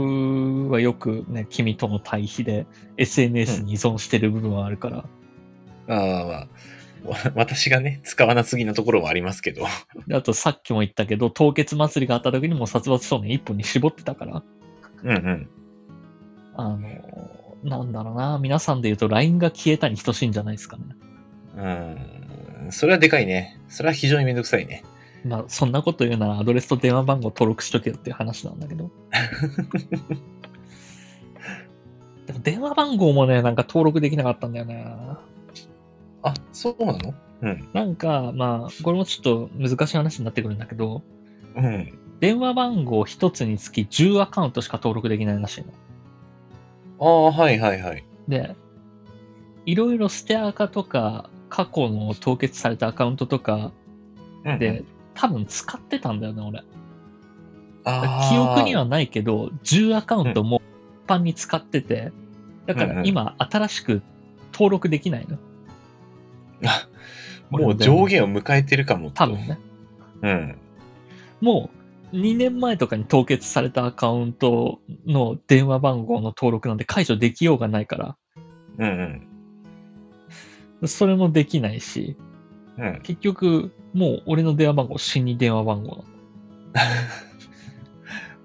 S1: はよくね、君との対比で SNS に依存してる部分はあるから、
S2: ああまあ、わ私がね、使わなすぎのところもありますけど。
S1: であとさっきも言ったけど、凍結祭りがあった時にもう殺伐少年一本に絞ってたから、
S2: うんうん。
S1: あの、なんだろうな、皆さんで言うと LINE が消えたに等しいんじゃないですかね。
S2: うん。それはでかいね。それは非常にめんどくさいね。
S1: まあ、そんなこと言うならアドレスと電話番号登録しとけよっていう話なんだけど。でも電話番号もね、なんか登録できなかったんだよね。
S2: あ、そうなのうん。
S1: なんか、まあ、これもちょっと難しい話になってくるんだけど、
S2: うん。
S1: 電話番号一つにつき10アカウントしか登録できないらしいの。
S2: ああ、はいはいはい。
S1: で、いろいろ捨てアカとか、過去の凍結されたアカウントとか
S2: うんうん
S1: で、、多分使ってたんだよね、俺。
S2: あー
S1: 記憶にはないけど、10アカウントも一般に使ってて、だか
S2: うんう
S1: ら
S2: ん
S1: 今、新しく登録できないの。
S2: あ [LAUGHS] もう上限を迎えてるかもと
S1: 多分ね。
S2: うん。
S1: もう、2年前とかに凍結されたアカウントの電話番号の登録なんて解除できようがないか
S2: うんうん。
S1: ら、それもできないし、
S2: うん。
S1: 結局、もう俺の電話番号、死に電話番号なの。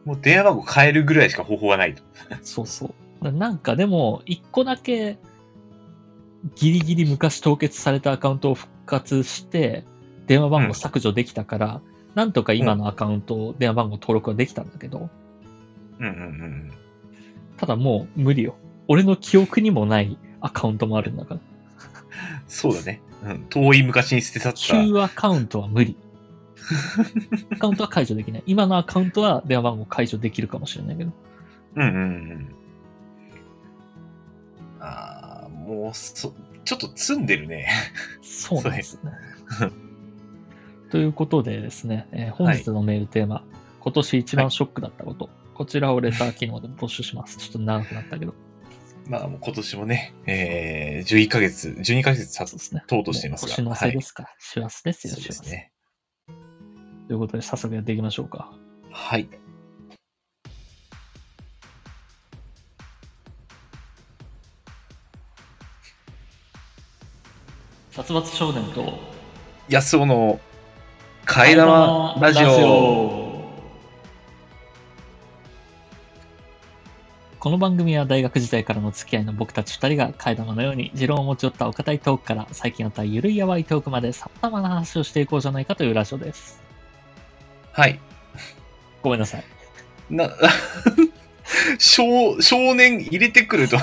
S2: もう電話番号変えるぐらいしか方法がないと。
S1: そうそう。なんかでも、一個だけ、ギリギリ昔凍結されたアカウントを復活して、電話番号削除できたから、なんとか今のアカウントを、電話番号登録はできたんだけど、
S2: うんうんうん
S1: ただもう無理よ。俺の記憶にもないアカウントもあるんだから。
S2: うん。そうだね。うん。遠い昔に捨て去った。
S1: 旧アカウントは無理。アカウントは解除できない。今のアカウントは電話番号解除できるかもしれないけど。
S2: うんうんうん。ああ、もう、そ、ちょっと積んでるね。
S1: そうなんですね。ということでですね、えー本日のメールテーマ、今年一番ショックだったこと、こちらをレター機能で募集します。ちょっと長くなったけど、
S2: まあもう今年もね、えー、11ヶ月、12ヶ月経
S1: そうですね。
S2: とうとしています
S1: も
S2: が。
S1: う年の
S2: は
S1: 瀬で
S2: い。
S1: すから、幸せですよ、
S2: そうです
S1: 幸せ
S2: ね。
S1: ということで、早速やっていきましょうか。
S2: はい。
S1: 殺伐少年と、
S2: 安尾の替え玉ラジ
S1: 替え
S2: オ。
S1: この番組は大学時代からの付き合いの僕たち2人が替え玉のように持論を持ち寄ったお堅いトークから最近あったゆるいやわいトークまで様々な話をしていこうじゃないかというラジオです。
S2: はい。
S1: ごめんなさい。
S2: な、 [LAUGHS] 少、少年入れてくると、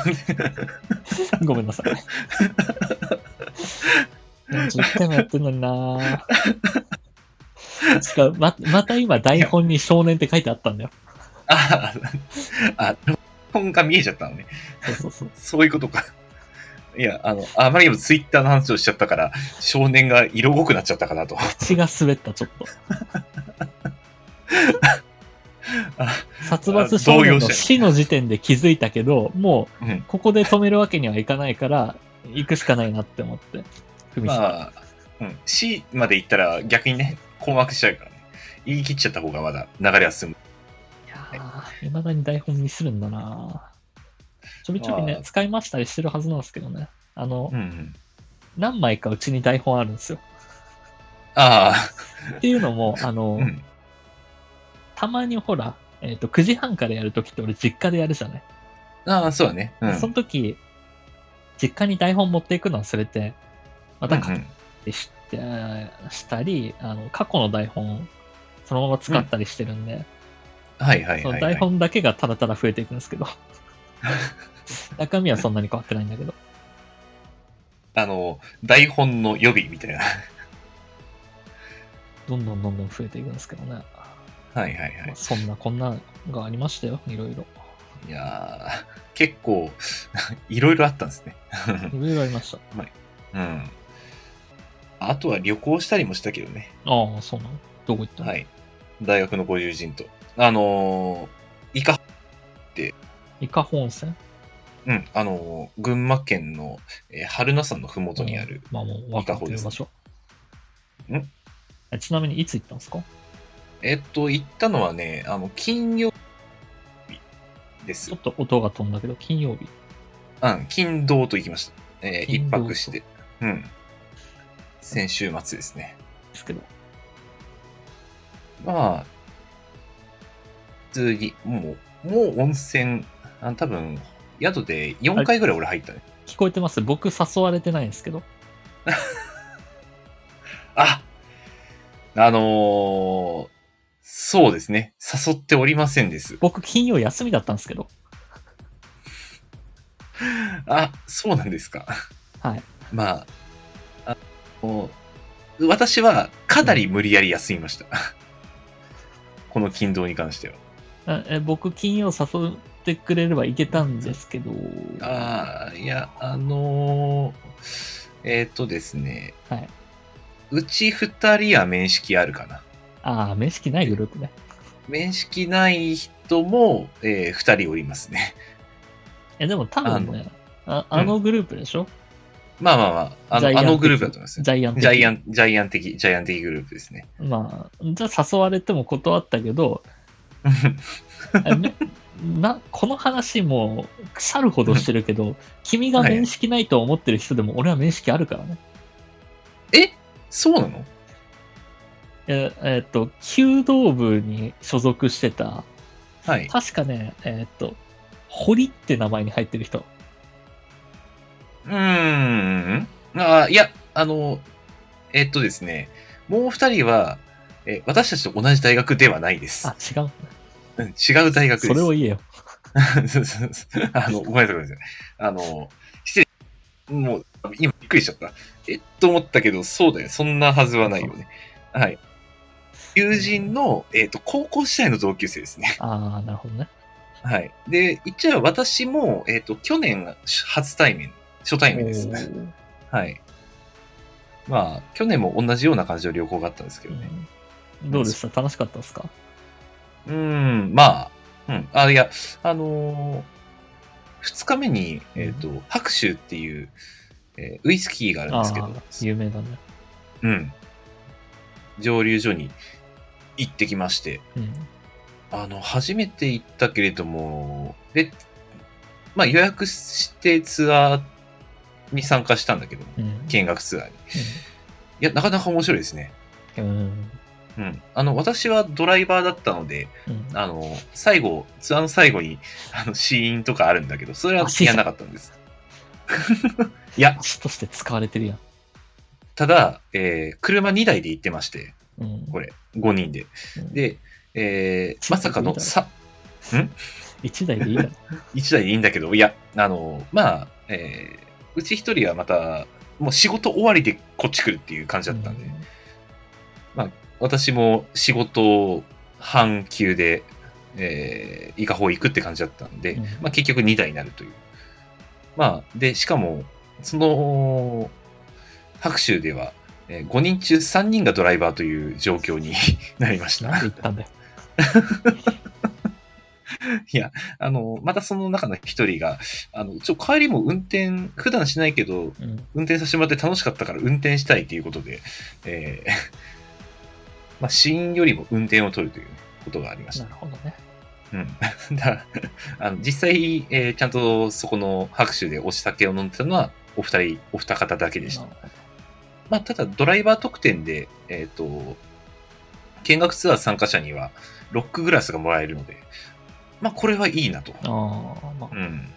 S2: [LAUGHS]
S1: ごめんなさい。10回もやってるのになしかもま、また今台本に少年って書いてあったんだよ。
S2: ああ、本が見えちゃったのね。
S1: そうそうそう。
S2: そういうことか。いや、あの、あまりにもツイッターの話をしちゃったから、少年が色濃くなっちゃったかなと。
S1: 口が滑った、ちょっと。
S2: あ
S1: 殺伐少年
S2: 動揺し
S1: の
S2: たよ
S1: 死の時点で気づいたけど、もう
S2: うん、
S1: ここで止めるわけにはいかないから、行くしかないなって思って、踏みしめ
S2: まあ、うん、C まで行ったら逆にね、困惑しちゃうからね。言い切っちゃった方がまだ流れは進む。
S1: いやー、未だに台本ミスるんだなちょびちょびね
S2: ま、あ
S1: 使いましたりしてるはずなんですけどね。あの、
S2: うんうん。
S1: 何枚かうちに台本あるんですよ。
S2: あ
S1: っていうのも、あ
S2: あ、
S1: の、
S2: うん。
S1: たまにほら、えっ、と、9時半からやるときって俺実家でやるじゃない。
S2: ああ、そうだね。うん。
S1: その時、実家に台本持っていくの忘れて、また書
S2: うんうん
S1: ってししたりあの、過去の台本そのまま使ったりしてるんで、
S2: はいはい
S1: そ
S2: は
S1: の
S2: い、はい。
S1: 台本だけがただただ増えていくんですけど、 [LAUGHS] 中身はそんなに変わってないんだけど、
S2: [LAUGHS] あの、台本の予備みたいな。 [LAUGHS]
S1: どんどんどんどん増えていくんですけどね。
S2: はいはいは
S1: まあ
S2: い。
S1: そんなこんながありましたよ、いろいろ。
S2: いやー、結構、 [LAUGHS] いろいろあったんですね。
S1: いろいろありました。
S2: うん。あとは旅行したりもしたけどね。
S1: ああ、そうなのどこ行ったの。
S2: はいい。大学のご友人と。あのー、伊香、
S1: 伊香保温泉
S2: うん、あのー群馬県の、えー榛名山のふもとにある。
S1: まあもう、分かってる場所。
S2: ねん
S1: えちなみに、いつ行ったんですか
S2: えっと、行ったのはね、あの、金曜日で
S1: ち
S2: す
S1: ょっ。と音が飛んだけど、金曜日。
S2: うん、金堂と行きました。えー一
S1: 金堂と
S2: 泊して。うん。先週末ですね。
S1: ですけど。
S2: まあ、普通に、もう、もう温泉、あ多分、宿で4回ぐらい俺入ったね。
S1: 聞こえてます僕、誘われてないんですけど。
S2: ああのーそうですね。誘っておりませんです。
S1: 僕、金曜休みだったんですけど。
S2: あ、そうなんですか。
S1: はい。
S2: まあ、あの私はかなり無理やり休みました。この金堂に関しては。
S1: あえ僕、金曜誘ってくれれば行けたんですけど。
S2: ああ、いや、あのーえっ、とですね、
S1: はい。
S2: うち二人は面識あるかな。
S1: ああ、面識ないグループね。
S2: 面識ない人も、えー、二人おりますね。
S1: え、でも多分ね、ああのグループでしょ、
S2: まあまあまあ、あ
S1: ジャイ
S2: の
S1: ア
S2: あ
S1: ン的
S2: のグループだと思いますよ
S1: ジャイアン
S2: ジャイア
S1: ン。
S2: ン、ジャイアン的、ジャイアン的グループですね。 [LAUGHS]
S1: まあ、じゃあ誘われても断ったけど、あめなこの話もう腐るほどしてるけ
S2: [LAUGHS]
S1: ど、君が面識ないと思ってる人でも俺は面識あるからね。
S2: えそうなの
S1: ええーっと、弓道部に所属してた、
S2: はい。
S1: 確かね、えーっと、堀って名前に入ってる人。
S2: うーん。あいや、あの、えっとですね、もう二人は、えー私たちと同じ大学ではないです
S1: あ。、違う。
S2: うん違う大学です。
S1: それを言えよ。
S2: そうそうそう [LAUGHS] あの、ごめんなさい、ごめんなさい。あの、失礼。もう、今びっくりしちゃった。えっと思ったけど、そうだよ。そんなはずはないよね。はい。友人の、えっ、と、高校時代の同級生ですね。
S1: ああ、なるほどね。
S2: はい。で、一応私も、えっ、と、去年初対面、初対面です。
S1: おー
S2: はい。まあ、去年も同じような感じの旅行があったんですけどね。
S1: うんどうでした楽しかったですか
S2: うーん、まあ、うん。あ、いや、あのー、2日目に、えっ、と、白州っていう、えーウイスキーがあるん
S1: あ
S2: で
S1: あ
S2: すけど、
S1: ー、有名だね。
S2: うん。蒸留所に行ってきまして、
S1: うん。
S2: あの、初めて行ったけれども、で、まあ予約してツアーに参加したんだけども、
S1: うん。
S2: 見学ツアーに。いや、なかなか面白いですね。
S1: うん。うん
S2: うん、あの私はドライバーだったので、
S1: うん
S2: あの最後、ツアーの最後にあの死因とかあるんだけど、それは付き合わなかったんです。いや、
S1: 足として使われてるやん。
S2: ただ、えー車2台で行ってまして、
S1: うん
S2: これ、5人で。
S1: うん
S2: で、えーまさかのさ
S1: 一台でいいだろ。
S2: 1台でいいんだけど、いや、あの、まあ、えーうち1人はまた、もう仕事終わりでこっち来るっていう感じだったんで、私も仕事半休で、えー、伊香保行くって感じだったんで、
S1: うん
S2: まあ、結局2台になるという。まあ、で、しかも、その、白州では、えー5人中3人がドライバーという状況に [LAUGHS] なりまし
S1: なんで。
S2: た
S1: 行ったんだよ。
S2: あの、またその中の1人が、あの、ちょ、帰りも運転、普段しないけど、
S1: うん
S2: 運転させてもらって楽しかったから運転したいということで、えー [LAUGHS] まあ、死因よりも運転を取るということがありました
S1: な。るほどね。
S2: うん。 [LAUGHS] だからあの実際、えーちゃんとそこの拍手でお酒を飲んでたのは、お二人、お二方だけでした。
S1: なるほど
S2: まあ、ただ、ドライバー特典で、えっ、と、見学ツアー参加者には、ロックグラスがもらえるので、まあ、これはいいなと。
S1: ああ、まあ
S2: う、ん。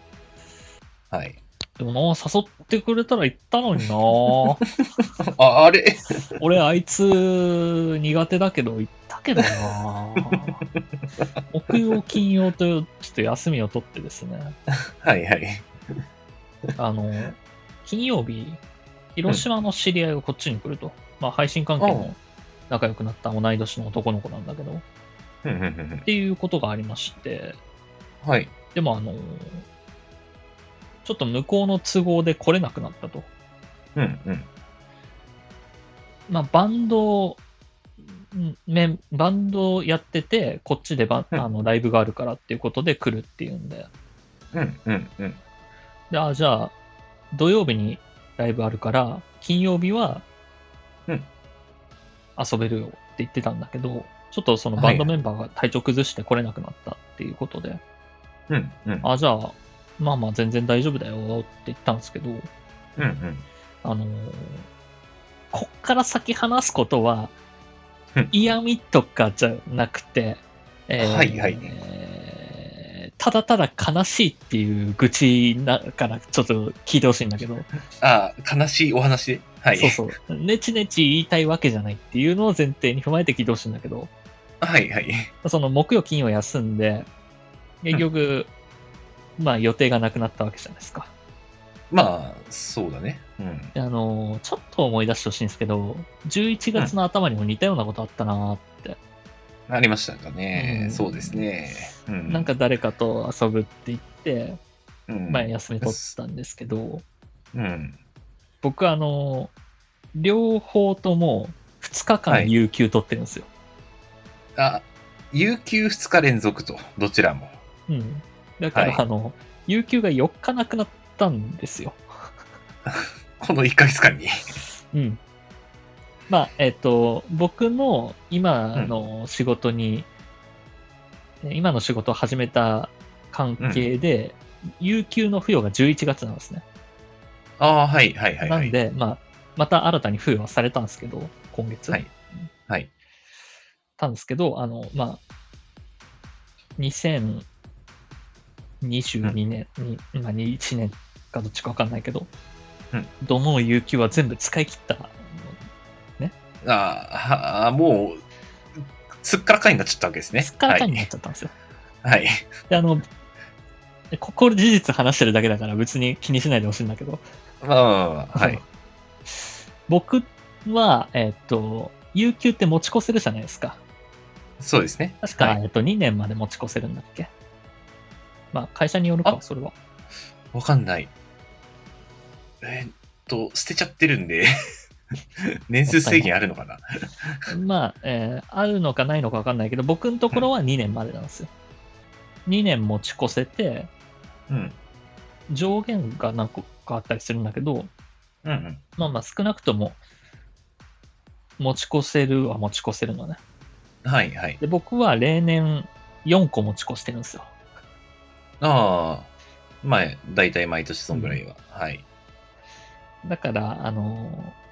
S2: はい。
S1: でもな、誘ってくれたら行ったのに
S2: [LAUGHS]
S1: な。
S2: あ、あれ [LAUGHS]
S1: 俺、あいつ苦手だけど、行ったけどな。
S2: [LAUGHS]
S1: 木曜、金曜と、ちょっと休みを取ってですね。
S2: はいはい。
S1: あの、金曜日、広島の知り合いがこっちに来ると。まあ、配信関係
S2: う
S1: の仲良くなった同い年の男の子なんだけど、っ
S2: うんうんうんうん
S1: ていうことがありまして、
S2: はい。
S1: でもあの、ちょっと向こうの都合で来れなくなったと。
S2: うんうん。
S1: まあ、バンド、んめバンドやってて、こっちでバン
S2: うん
S1: あのライブがあるからっていうことで来るっていうんで。
S2: うんうんうん。
S1: で、あ、じゃあ、土曜日にライブあるから、金曜日は、
S2: うん
S1: 遊べるよって言ってたんだけど、ちょっとそのバンド
S2: はい
S1: メンバーが体調崩して来れなくなったっていうことで、
S2: うんうん。
S1: あ、じゃあ、まあまあ全然大丈夫だよって言ったんですけど、
S2: うんうん。
S1: あのーこっから先話すことは
S2: うん、
S1: 嫌味とかじゃなくて、え
S2: はいはい
S1: えーただただ悲しいっていう愚痴だからちょっと聞いてほしいんだけど、
S2: ああ、悲しいお話で。はい。
S1: そうそう、ねちねち言いたいわけじゃないっていうのを前提に踏まえて聞いてほしいんだけど、
S2: はいはい。
S1: その木曜金曜休んで、結局、まあ予定がなくなったわけじゃないですか。
S2: まあ、そうだね。うん。
S1: であのーちょっと思い出してほしいんですけど、11月の頭にも似たようなことあったなーって。
S2: ありましたかね。
S1: うん
S2: そうですね。うん、
S1: なんか、誰かと遊ぶって言って、
S2: うん、
S1: まあ、休み取ったんですけど、
S2: うん。
S1: 僕、あの、両方とも2日
S2: は
S1: 間
S2: い
S1: 有給取ってるんですよ。
S2: あ、有給2日連続と、どちらも。
S1: うん。だから、
S2: はい
S1: あの、有給が4日なくなったんですよ。
S2: この1ヶ月間に。
S1: うん。まあ、えっ、と、僕の今の仕事に、え今の仕事を始めた関係で、有給の付与が11月なんですね。
S2: ああ、はいはいはい、はい。
S1: なんで、まあ、また新たに付与はされたんですけど、今月。
S2: はいはい。
S1: たんですけど、あの、まあ、2022年に、まあ、1年かどっちかわかんないけど、
S2: うん
S1: どの有給は全部使い切った。
S2: ああはあ、もう、すっからかいになっちゃったわけですね。
S1: すっからかんになっちゃったんですよ。
S2: はい。はい。
S1: で、あの、ここ事実話してるだけだから別に気にしないでほしいんだけど、
S2: まあまあまあ、は
S1: あ
S2: い
S1: の。僕は、えっと、有給って持ち越せるじゃないですか。
S2: そうですね。
S1: 確か、
S2: はい
S1: えっと、2年まで持ち越せるんだっけまあ、会社によるか、
S2: あ
S1: それは。
S2: わかんない。えーっと、捨てちゃってるんで、 [LAUGHS] 年数制限あるのかな
S1: まあ、えーあるのかないのか分かんないけど、僕のところは2年までなんですよ。2年持ち越せて、
S2: うん。
S1: 上限が何個かあったりするんだけど、
S2: うんうん。
S1: まあまあ少なくとも、持ち越せるは持ち越せるのね。
S2: はいはい。
S1: で、僕は例年4個持ち越してるんですよ。
S2: ああ、まあ、大体毎年そんぐらいは。はい。
S1: だから、あのー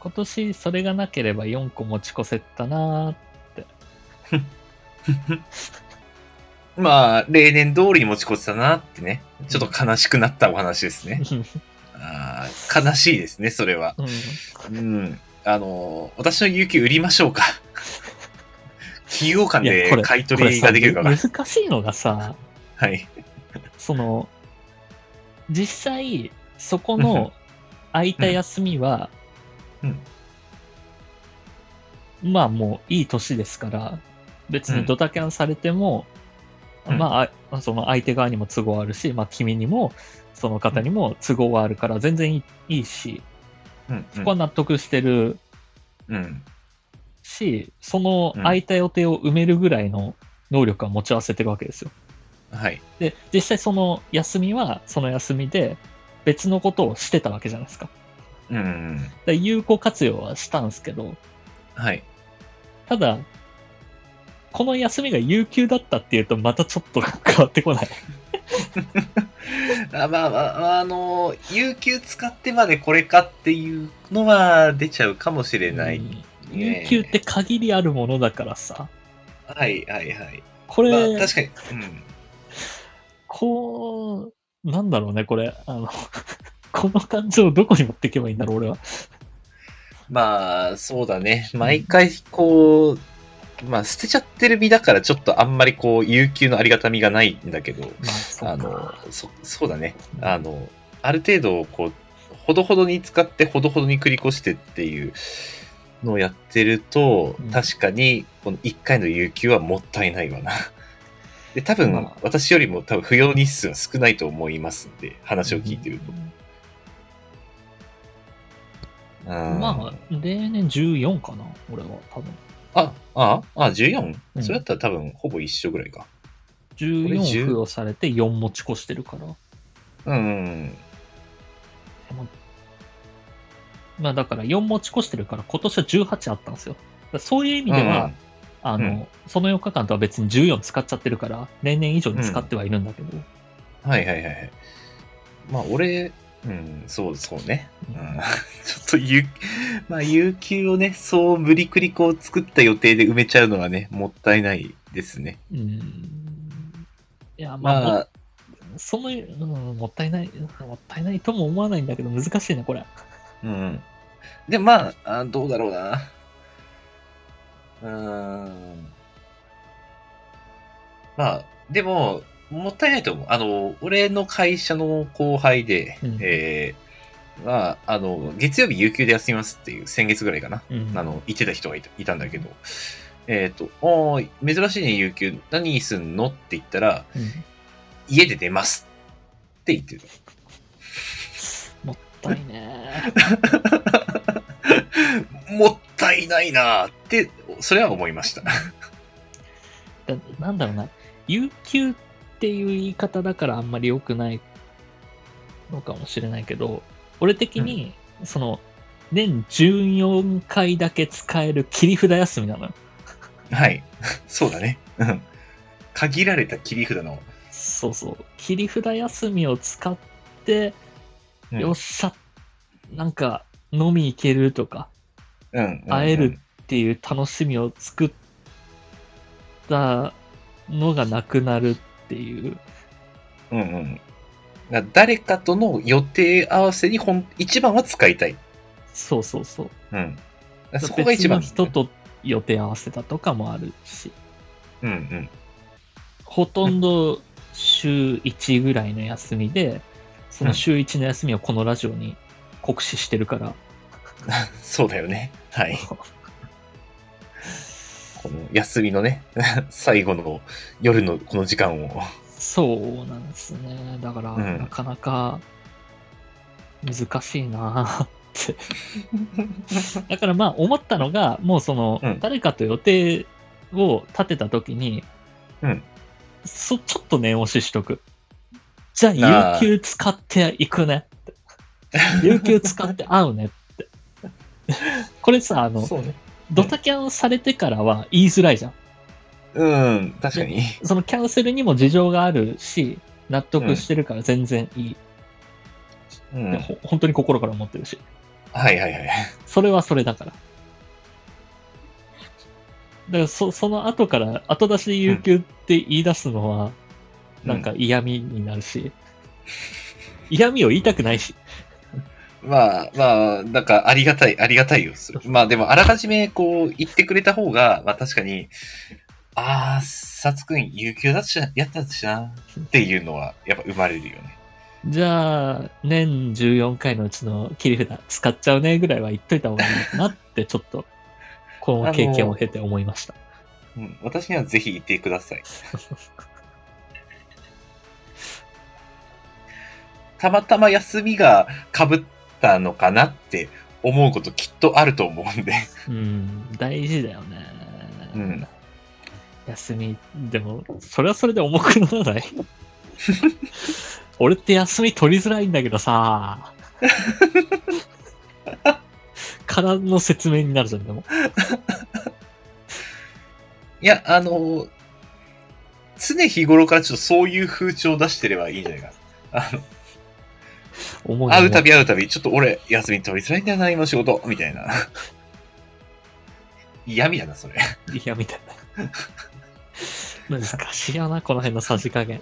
S1: 今年それがなければ4個持ち越せたなー
S2: まあ、例年通りに持ち越したなってね、ちょっと悲しくなったお話です [LAUGHS] ね。ああ、悲しいですね、それは。
S1: うん
S2: うん。あの、私の有給売りましょうか。 [LAUGHS] 企業間
S1: いや
S2: で
S1: これ
S2: 買い
S1: こ
S2: 取
S1: れ
S2: り
S1: さ
S2: ができるか
S1: [LAUGHS]
S2: が。
S1: 難しいのがさ、
S2: はい。
S1: その、実際、そこ
S2: うんうん
S1: の空いた休みは、
S2: うん
S1: まあもういい年ですから、別にドタキャンされても、
S2: うん
S1: まああ、その相手側にも都合あるし、まあ君にも、その方にも都合はあるから、全然いいいいし、
S2: うん、
S1: そこは納得してる
S2: うん。
S1: し、その空いた予定を埋めるぐらいの能力は持ち合わせてるわけですよ。
S2: はい。
S1: で、実際その休みはその休みで別のことをしてたわけじゃないですか。だか
S2: うん。
S1: ら有効活用はしたんですけど、
S2: はい。
S1: ただ、この休みが有給だったっていうとまたちょっと変わってこない。
S2: あまあまあ、あの、有給使ってまでこれかっていうのは出ちゃうかもしれない。
S1: うん有給って限りあるものだからさ、
S2: はいはいはい。
S1: これ、
S2: まあ、確かに。うん。
S1: こう、なんだろうね、これ。あの [LAUGHS] この感情をどこに持っていけばいいんだろう、俺は。
S2: まあ、そうだね。毎回、こう、まあ、捨てちゃってる身だから、ちょっとあんまりこう、有給のありがたみがないんだけど、
S1: まあ、そう
S2: あの
S1: か。、
S2: そ、そうだね。あの、ある程度、こう、ほどほどに使って、ほどほどに繰り越してっていうのをやってると
S1: うん、
S2: 確かに、この1回の有給はもったいないわな。 [LAUGHS] で、多分、
S1: まあ
S2: 私よりも多分、扶養日数は少ないと思いますんで、話を聞いてると。うん
S1: まあ、例年14かな、俺は、多分。
S2: あ、あ、あ、14?
S1: うん
S2: それだったら多分、ほぼ一緒ぐらいか。
S1: 14
S2: 10
S1: 付与されて4持ち越してるから。
S2: うんうんうん。
S1: まあだから4持ち越してるから今年は18あったんですよ。だからそういう意味では、
S2: うんうん
S1: あ
S2: う
S1: の、その4日間とは別に14使っちゃってるから、例年以上に使ってはいるんだけど。
S2: はいはいはいはい。まあ、俺、うん、そうそうね。うん、 [LAUGHS] ちょっと有、まあ、有給をね、そう無理くりこう作った予定で埋めちゃうのはね、もったいないですね。
S1: うん。いや、まあ、
S2: ま
S1: も
S2: あ、
S1: その、うん、もったいない、もったいないとも思わないんだけど、難しいな、これ。
S2: うん。で、まあ、あどうだろうな。うーん。まあ、でも、もったいないと思う。あの、俺の会社の後輩で、
S1: うん
S2: えーまあ、あの、月曜日有給で休みますっていう、先月ぐらいかな。
S1: うん。
S2: あの、言ってた人がいたいたんだけど、えっ、と、おー珍しいね、有給。何すんのって言ったら、
S1: うん
S2: 家で出ますって言ってる。
S1: もったいね。
S2: [LAUGHS] もったいないなーって、それは思いました。
S1: だなんだろうな、有給っていう言い方だからあんまり良くないのかもしれないけど、俺的に、その、年14回だけ使える切り札休みなのよ。
S2: はい。そうだね。うん限られた切り札の。
S1: そうそう。切り札休みを使って、
S2: うん
S1: よっしゃ、なんか飲み行けるとか
S2: うんうんうん
S1: 会えるっていう楽しみを作ったのがなくなるっていう。
S2: うんうん。だから誰かとの予定合わせにほん一番は使いたい。
S1: そうそうそう。
S2: うん。だからそこが一番。
S1: 別の人と予定合わせたとかもあるし、
S2: うんうん。 [LAUGHS]
S1: ほとんど週1ぐらいの休みで、その週1の休みをこのラジオに酷使してる
S2: [LAUGHS]
S1: から、
S2: そうだよね。はい。この休みのね、 [LAUGHS] 最後の夜のこの時間を。
S1: そうなんですね。だから、
S2: うん
S1: なかなか難しいなって。
S2: [LAUGHS]
S1: だからまあ思ったのが、もうその、
S2: うん
S1: 誰かと予定を立てたときに、
S2: うん
S1: そ、ちょっと念押ししとく。じゃあ、有給使っていくねって。有給使って会うねって。
S2: [LAUGHS]
S1: これさ、あの、
S2: そうね。
S1: ドタキャンされてからは言いづらいじゃん。
S2: うん、確かに。
S1: そのキャンセルにも事情があるし、納得してるから全然いい。
S2: うん。
S1: で
S2: はい
S1: ほ本当に心から思ってるし。
S2: はいはい。
S1: それはそれだから。だからそその後から、後出しで有給って言い出すのは、なんか嫌味になるし、嫌味を言いたくないし、
S2: まあまあ、なんかありがたい、ありがたいよ。それまあでも、あらかじめこう言ってくれた方が、まあ確かに、ああ、さつくん、有給だったしな、やったしな、っていうのは、やっぱ生まれるよね。
S1: じゃあ、年14回のうちの切り札使っちゃうねぐらいは言っといた方がいいなって、ちょっと、この経験を経て思いました。
S2: うん、私にはぜひ言ってくださ [LAUGHS] い。たまたま休みが被ったのかなって思うこときっとあると思うんで。
S1: うん、大事だよね。
S2: うん
S1: 休み、でも、それはそれで重くならない俺って休み取りづらいんだけどさ。からの説明になるじゃん、でも。
S2: いや、あの、常日頃からちょっとそういう風潮を出してればいいんじゃないかな。あの
S1: 思うよね
S2: 会うたび会うたび、ちょっと俺、休み取りづらいんだよな、今仕事、みたいな。 [LAUGHS] 嫌味だな、それ。 [LAUGHS]
S1: いや、みたいな。難しいよな、この辺のさじ加減。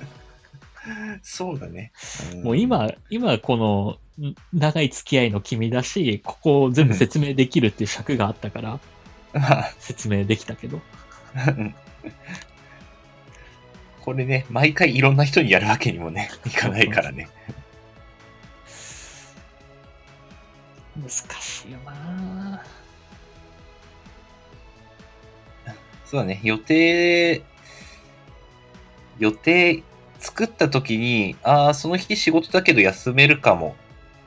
S2: そうだね。ん
S1: もう、今、今このん長い付き合いの君だし、ここを全部説明できるっていう尺があったから、
S2: [LAUGHS] まあ
S1: 説明できたけど。
S2: うん [LAUGHS] これね、毎回いろんな人にやるわけにもね、いかないからね。
S1: 難しいよな
S2: そうだね、予定、予定作った時に、ああ、その日仕事だけど休めるかも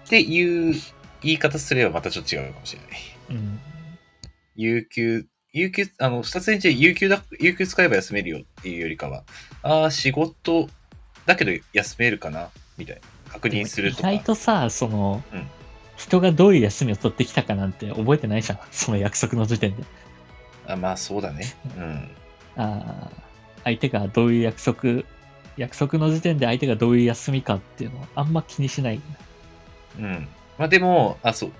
S2: っていう言い方すればまたちょっと違うかもしれない。
S1: うん。
S2: 有給、有給、あの、二つにして有給だ、有給使えば休めるよっていうよりかは、ああ、仕事だけど休めるかなみたいな。確認するとか。
S1: 意外とさ、その、
S2: うん
S1: 人がどういう休みを取ってきたかなんて覚えてないじゃん。 [LAUGHS] その約束の時点で。
S2: あまあ、そうだね。うん。
S1: あー相手がどういう約束、約束の時点で相手がどういう休みかっていうのをあんま気にしない。
S2: うん。まあでも、あ、そう。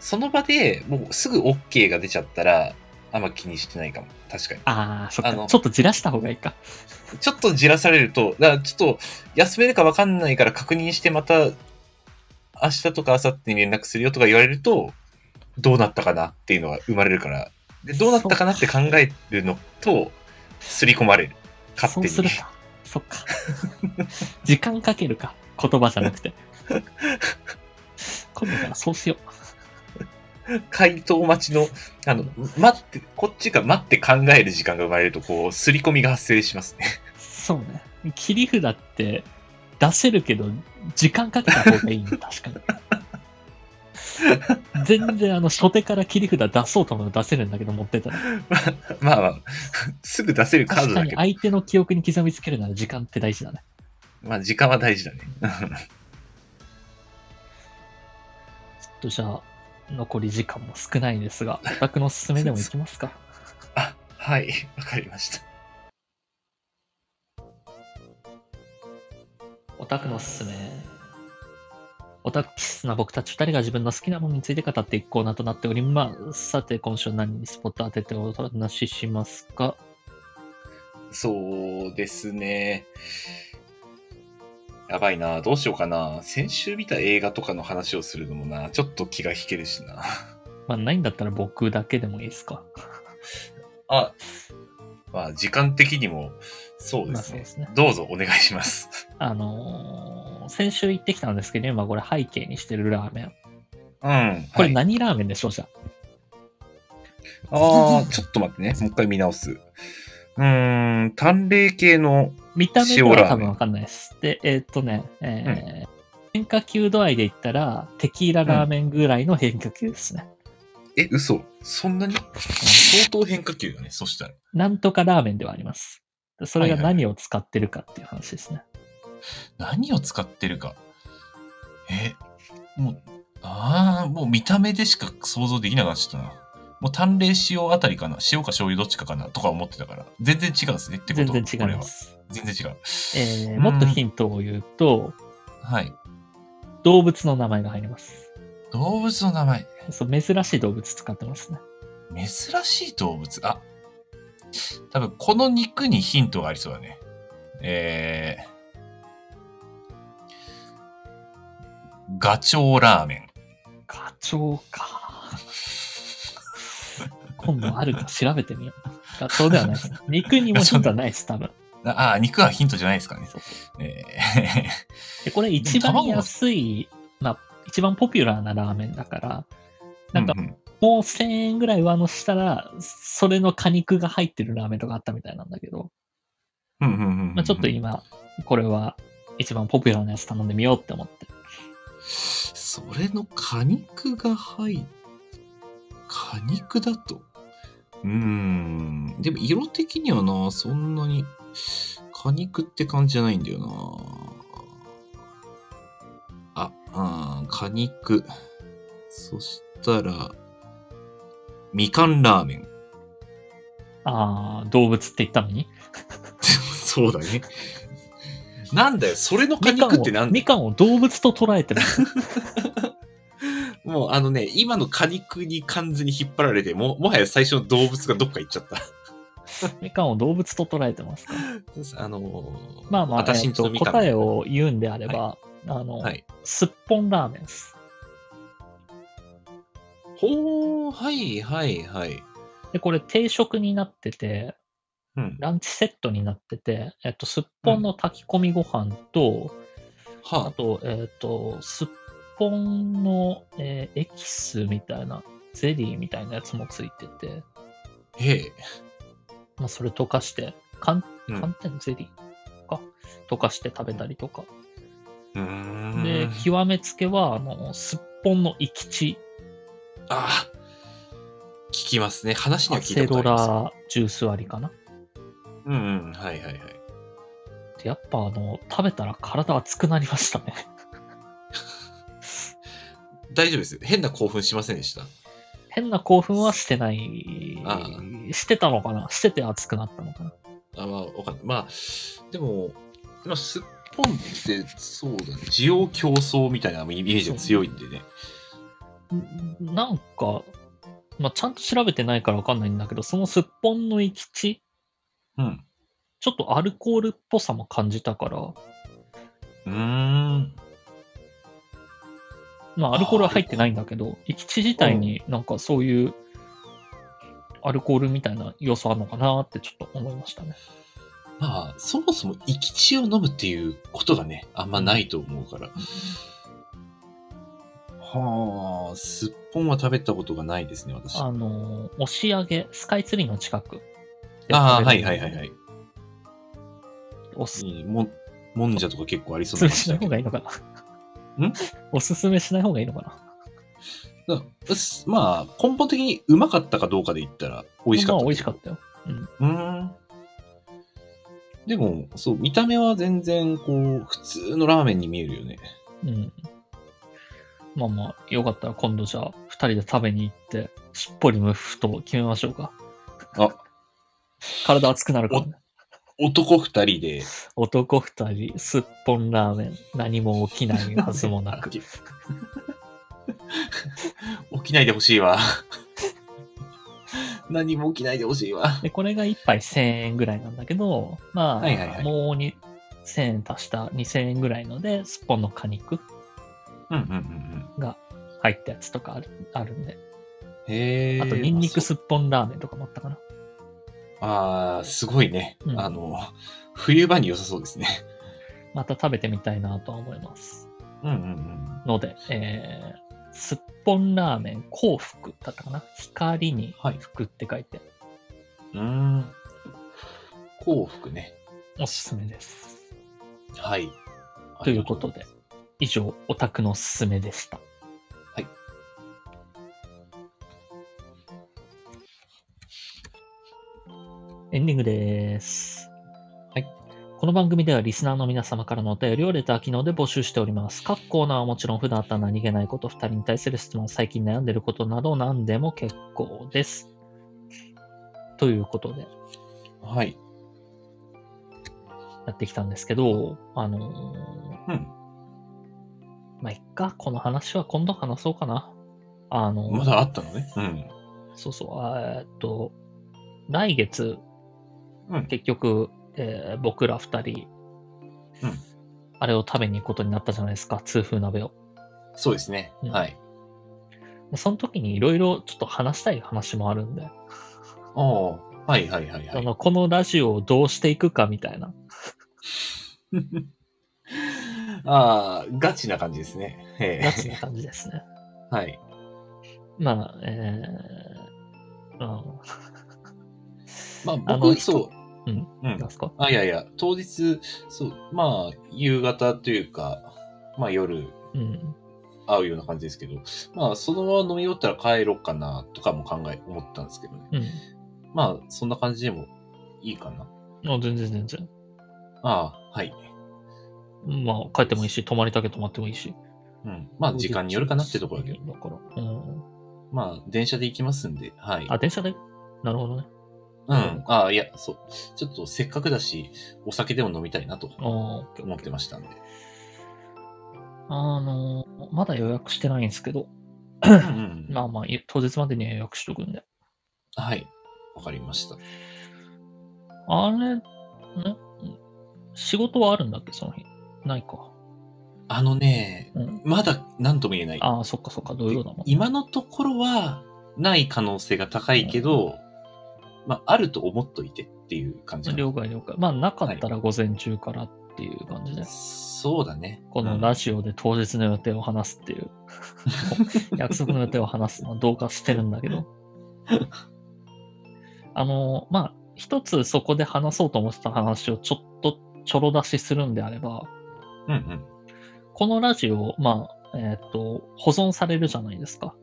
S2: その場でもうすぐ OK が出ちゃったら、あんま気にしてないかも。確かに。
S1: ああ、そっ
S2: あ
S1: か。
S2: の
S1: ちょっとじらした方がいいか。
S2: ちょっとじらされると、だからちょっと休めるかわかんないから確認してまた、明日とか明後日に連絡するよとか言われると、どうなったかなっていうのが生まれるから。で、どうなったかなって考えるのと、刷り込まれる。勝手に。
S1: そうするか。そっ
S2: [LAUGHS]
S1: か。時間かけるか。言葉じゃなく
S2: [LAUGHS]
S1: て。今度からそうしよ
S2: 回答待ちの、あの、待って、こっちが待って考える時間が生まれると、こう、刷り込みが発生しますね。
S1: う。
S2: [LAUGHS]
S1: そうね。切り札って出せるけど、時間かけた方がいいの、確かに。全然あの初手から切り札出そうと思うと出せるんだけど持ってたら
S2: まあ [LAUGHS] まあ、すぐ出せるカー
S1: 確
S2: ド
S1: か
S2: だ
S1: に
S2: けど、
S1: 相手の記憶に刻みつけるなら時間って大事だね
S2: まあ時間は大事だね。
S1: ちょっとじゃあ残り時間も少ないですがお宅のおすすめでもいきますか
S2: あ、はい、わかりました。
S1: オタクのおすすめ。オタク気質な僕たち2人が自分の好きなものについて語っていくコーナーとなっております。さて、今週は何にスポット当ててお話ししますか
S2: そうですね。やばいな。どうしようかな。先週見た映画とかの話をするのもな、ちょっと気が引けるしな。
S1: まあ、ないんだったら僕だけでもいいですか。
S2: あ、まあ時間的にも、そうですね。
S1: まあそうですね
S2: どうぞお願いします。
S1: あのー先週行ってきたんですけど、今これ背景にしてるラーメン。
S2: うん。
S1: これ
S2: はい、
S1: 何ラーメンでしょう、じゃあ
S2: ああ、ちょっと待ってね。もう一回見直す。うーん、淡麗系の、
S1: 見た目で
S2: 塩ラーメ
S1: は
S2: ン
S1: 多分わかんないです。で、えーっとね、えー変化球度合いで言ったら、テキーララーメンぐらいの変化球ですね。
S2: え、嘘そんなに相当変化球だね、そしたら。
S1: なんとかラーメンではあります。それが
S2: はいはいはい
S1: 何を使ってるかっていう話ですね。
S2: 何を使ってるか。え、もう、ああ、もう見た目でしか想像できなかったな。もう淡麗塩あたりかな塩か醤油どっちかかなとか思ってたから。全然違うんですねってこと
S1: 全然違いま
S2: こ
S1: す。
S2: れは全然違う。
S1: えー
S2: うん
S1: もっとヒントを言うと、
S2: はい。
S1: 動物の名前が入ります。
S2: 動物の名前。
S1: そう珍しい動物使ってますね。
S2: 珍しい動物。あ、多分この肉にヒントがありそうだね。えー、ガチョウラーメン。
S1: ガチョウか。今度あるか調べてみよう。ガチョウではないです。肉にもヒントはないです、多分。
S2: ああ、肉はヒントじゃないですかね。
S1: そうそ
S2: えー
S1: うでこれ一
S2: でも
S1: 番
S2: 卵
S1: 安い、まあ、一番ポピュラーなラーメンだから、なんか
S2: うう
S1: もう1000円ぐらい上乗せしたら、それの果肉が入ってるラーメンとかあったみたいなんだけど、
S2: うんうんうんうん
S1: まあ、ちょっと今、これは一番ポピュラーなやつ頼んでみようって思って。
S2: それの果肉が入っ果肉だとうーんでも色的にはなそんなに果肉って感じじゃないんだよなあうん果肉そしたらみかんラーメン [LAUGHS]
S1: ああ、動物って言ったのに。
S2: そうだねなんだよそれの [LAUGHS] 果
S1: みかん
S2: 肉っ
S1: を
S2: てなんだよ
S1: みかんを動物と捉えてる。
S2: もうあのね、今の果肉に完全に引っ張られて、も、もはや最初の動物がどっか行っちゃった。 [LAUGHS]
S1: みかんを動物と捉えてますから。
S2: あのー
S1: まあまあ、
S2: 私
S1: えっ
S2: んち
S1: と
S2: のみかん
S1: 答えを言うんであれば、あの、
S2: はい。
S1: すっぽんラーメンです。
S2: ほー、はい、はい、はい。
S1: で、これ定食になってて、
S2: うん。
S1: ランチセットになってて、えっと、すっぽんの炊き込みご飯と、あ
S2: は
S1: と、えっ、と、すっぽんの、えーエキスみたいな、ゼリーみたいなやつもついてて、
S2: あ、へえ。
S1: まあ、それ溶かして、寒
S2: うん
S1: 寒天ゼリー、か、溶かして食べたりとか。
S2: うーん。
S1: で、極めつけは、あの、すっぽんの生き地、
S2: ああ。聞きますね。話には聞いた
S1: セ
S2: こと
S1: ロ
S2: ありま
S1: ラ
S2: す。
S1: ジュース割りかな。
S2: うんうん。はいはいはい。
S1: で、やっぱあの、食べたら体熱くなりましたね。 [LAUGHS]
S2: 大丈夫です。変な興奮しませんでした。
S1: 変な興奮はしてない
S2: あ。
S1: してたのかなしてて熱くなったのかな
S2: あ、まあ、わかんない。まあ、でも、まあ、すっぽんって、そうだね。需要競争みたいなイメージが強いんでね。
S1: んなんか、まあ、ちゃんと調べてないからわかんないんだけど、そのすっぽんの生き地、
S2: うん。
S1: ちょっとアルコールっぽさも感じたから、
S2: うーん。
S1: まあ、アルコールは入ってないんだけど、生き地自体になんかそういうアルコールみたいな要素あるのかなってちょっと思いましたね。
S2: まあ、そもそも生き血を飲むっていうことがね、あんまないと思うから。はあ、すっぽんは食べたことがないですね、私。
S1: あ
S2: あ
S1: の、押上、スカイツリーの近く。
S2: あー、はいはいはいはい。
S1: おす
S2: いいもん、もんじゃとか結構ありそう
S1: す
S2: な
S1: め
S2: 感
S1: しな
S2: じだ
S1: い
S2: け
S1: 方
S2: ど
S1: がいいのかな。
S2: ん
S1: おすすめしない方がいいのかな。
S2: だうっすまあ、根本的にうまかったかどうかで言ったら、美味しかった。
S1: まあ、美味しかったよ。
S2: うーん。でも、そう、見た目は全然、こう、普通のラーメンに見えるよね。
S1: うん。まあまあ、よかったら今度じゃあ、二人で食べに行って、しっぽり無ふと決めましょうか。
S2: あ
S1: 体熱くなるから、ね。
S2: 男二人で、
S1: 男二人、すっぽんラーメン、何も起きないはずも
S2: [LAUGHS]
S1: なく。
S2: 起きないでほしいわ。 [LAUGHS] 何も起きないでほしいわ。
S1: で、これが1杯1000円ぐらいなんだけど、まあ、
S2: はいはいはい
S1: もうに1000円足した2000円ぐらいので、すっぽんの果肉
S2: うんうんうんうん。
S1: が入ったやつとかあるあるんで、
S2: へえ。
S1: あと、ニンニク
S2: あ
S1: す
S2: そ
S1: っぽんラーメンとかもあったかな。
S2: あー、すごいね。
S1: うん
S2: あの、冬場に良さそうですね。
S1: また食べてみたいなとは思います。
S2: うんうんうん。
S1: ので、えー、すっぽんラーメン幸福だったかな光に
S2: はい
S1: 福って書いて、
S2: うーん。幸福ね。
S1: おすすめです。
S2: はい。
S1: ということで、以上、オタクのおすすめでした。
S2: はい。
S1: エンディングです。
S2: はい。
S1: この番組ではリスナーの皆様からのお便りをレター機能で募集しております。各コーナーはもちろん普段あった何気ないこと、2人に対する質問、最近悩んでることなど何でも結構です。ということで、
S2: はい。
S1: やってきたんですけど、あの
S2: うん。
S1: ーまあ、いっか、この話は今度話そうかな。あのー
S2: まだあったのね。うん。
S1: そうそう、あーえっと、来月、
S2: うん。
S1: 結局、えー僕ら二人、
S2: うん
S1: あれを食べに行くことになったじゃないですか、痛風鍋を。
S2: そうですね。
S1: うん
S2: はい。
S1: その時にいろいろちょっと話したい話もあるんで、
S2: ああ。はいはいはいは
S1: あ
S2: い。
S1: のこのラジオをどうしていくかみたいな。
S2: ああ、ガチな感じですね。ええ
S1: ガチな感じですね。
S2: [LAUGHS]
S1: [LAUGHS]
S2: はい。
S1: まあ、えー、うん、
S2: ま
S1: あ
S2: あ、
S1: の
S2: 僕、そう。
S1: うん。
S2: うん
S1: なん。すか
S2: あ、いやいや、当日、そう、まあ、夕方というか、まあ、夜、
S1: うん。
S2: 会うような感じですけど、まあ、そのまま飲み終わったら帰ろうかな、とかも考え、思ったんですけどね。
S1: うん。
S2: まあ、そんな感じでもいいかな。
S1: あ全然全然。
S2: ああ、はい。
S1: まあ、帰ってもいいし、泊まりたけど泊まってもいいし。
S2: うん。まあ、時間によるかなってところだけど、
S1: ど。だから。うん。
S2: まあ、電車で行きますんで、はい。
S1: あ、電車でなるほどね。
S2: うん。ああ、いや、そう。ちょっとせっかくだし、お酒でも飲みたいなと
S1: あーオッケー
S2: 思ってましたんで。
S1: あのー、まだ予約してないんですけど、
S2: うん
S1: まあまあ、当日までには予約しとくんで。
S2: うん。はい。わかりました。
S1: あれ、ね、仕事はあるんだっけ、その日。ないか。
S2: あのね、
S1: うん。
S2: まだ何とも言えない。
S1: ああ、そっかそっか、土曜だもん。
S2: 今のところはない可能性が高いけど、まあ、あると思っといてっていう感じかな
S1: 了解了解。まあ、なかったら午前中からっていう感じで、
S2: そうだね。
S1: このラジオで当日の予定を話すって
S2: [LAUGHS]
S1: いう、約束の予定を話すのはどうかしてるんだけど。あのー、まあ、一つそこで話そうと思ってた話をちょっとちょろ出しするんであれば、
S2: うんうん。
S1: このラジオ、まあ、えっ、と、保存されるじゃないですか。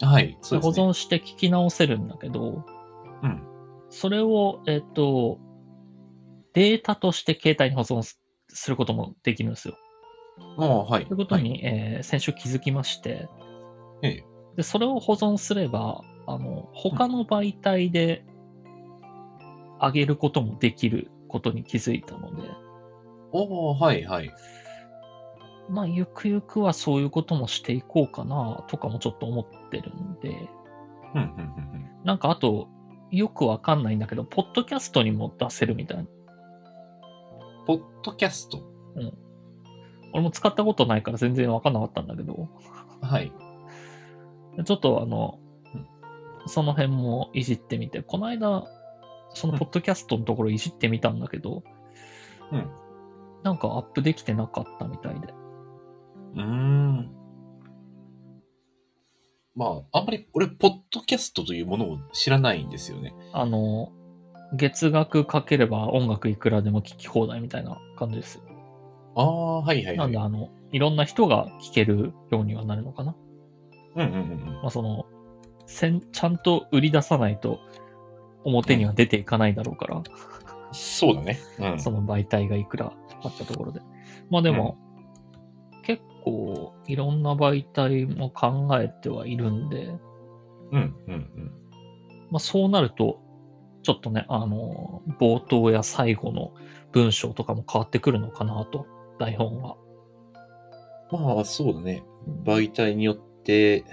S2: はい、そうです
S1: 保
S2: ね。
S1: 存して聞き直せるんだけど、
S2: うん
S1: それを、えっ、と、データとして携帯に保存すすることもできるんですよ。
S2: もう、はい。
S1: ということに、
S2: はい
S1: えー先週気づきまして、
S2: ええ
S1: で、それを保存すれば、あの、他の媒体で上げることもできることに気づいたので、
S2: おーはい、はい。
S1: まあ、ゆくゆくはそういうこともしていこうかな、とかもちょっと思ってるんで、
S2: うん、うん、うん
S1: なんかあと、よくわかんないんだけど、ポッドキャストにも出せるみたいな。
S2: うん。ポッドキャスト。
S1: 俺も使ったことないから全然わかんなかったんだけど、
S2: はい。
S1: ちょっとあの
S2: うん、
S1: その辺もいじってみて、この間、そのポッドキャストのところいじってみたんだけど、
S2: うん。
S1: なんかアップできてなかったみたいで。
S2: うーん。まあ、あんまり俺、ポッドキャストというものを知らないんですよね。
S1: あの、月額かければ音楽いくらでも聴き放題みたいな感じですよ。
S2: ああ、はいはい
S1: な
S2: はい。
S1: んで、あの、いろんな人が聴けるようにはなるのかな。
S2: うんうんうん
S1: まあ、そのせん、ちゃんと売り出さないと表には出ていかないだろうから、
S2: うん。そうだね。うん。
S1: その媒体がいくらあったところで。まあでも、結構いろんな媒体も考えてはいるんで、
S2: うんうんうん。
S1: まあそうなると、ちょっとね、あの、冒頭や最後の文章とかも変わってくるのかなと、台本は。
S2: まあ、そうだね。媒体によって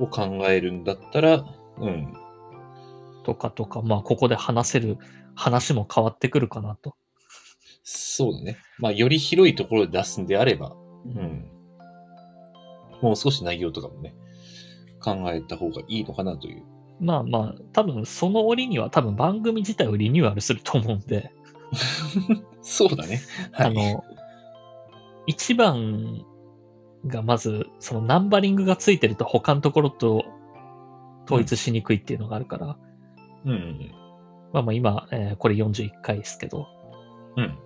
S2: を考えるんだったら、うん。
S1: とかとか、まあここで話せる話も変わってくるかなと。
S2: そうだね。まあ、より広いところで出すんであれば、うん。もう少し内容とかもね、考えた方がいいのかなという。
S1: まあまあ、多分その折には多分番組自体をリニューアルすると思うんで、
S2: そうだね。は
S1: あ
S2: い。
S1: の、一番がまず、そのナンバリングがついてると他のところと統一しにくいっていうのがあるから、
S2: うんうん
S1: まあまあ今、えーこれ41回ですけど、
S2: うん。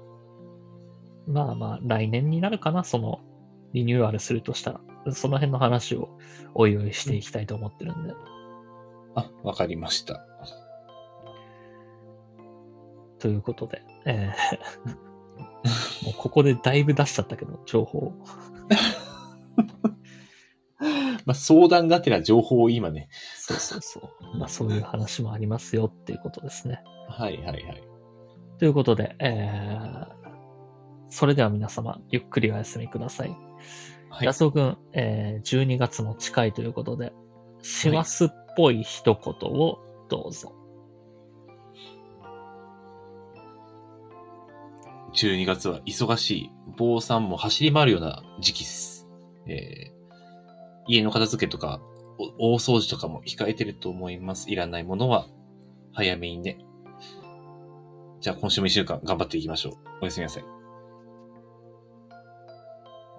S2: うん。
S1: まあまあ来年になるかな、そのリニューアルするとしたら、その辺の話をおいおいしていきたいと思ってるんで、
S2: あ、わかりました。
S1: ということで、え [LAUGHS] ーもうここでだいぶ出しちゃったけど、情報を
S2: まあ、相談がてら情報を今ね。
S1: そうそうそう。まあそういう話もありますよっていうことですね。
S2: はいはいはい。
S1: ということで、えー、それでは皆様、ゆっくりお休みください。
S2: はい。
S1: 安尾くん、えー、12月も近いということで、師走っぽい一言をどうぞ。
S2: 12月は忙しい、坊さんも走り回るような時期です。えー家の片付けとか、お大掃除とかも控えてると思います。いらないものは早めにね。じゃあ今週も一週間頑張っていきましょう。おやすみなさい。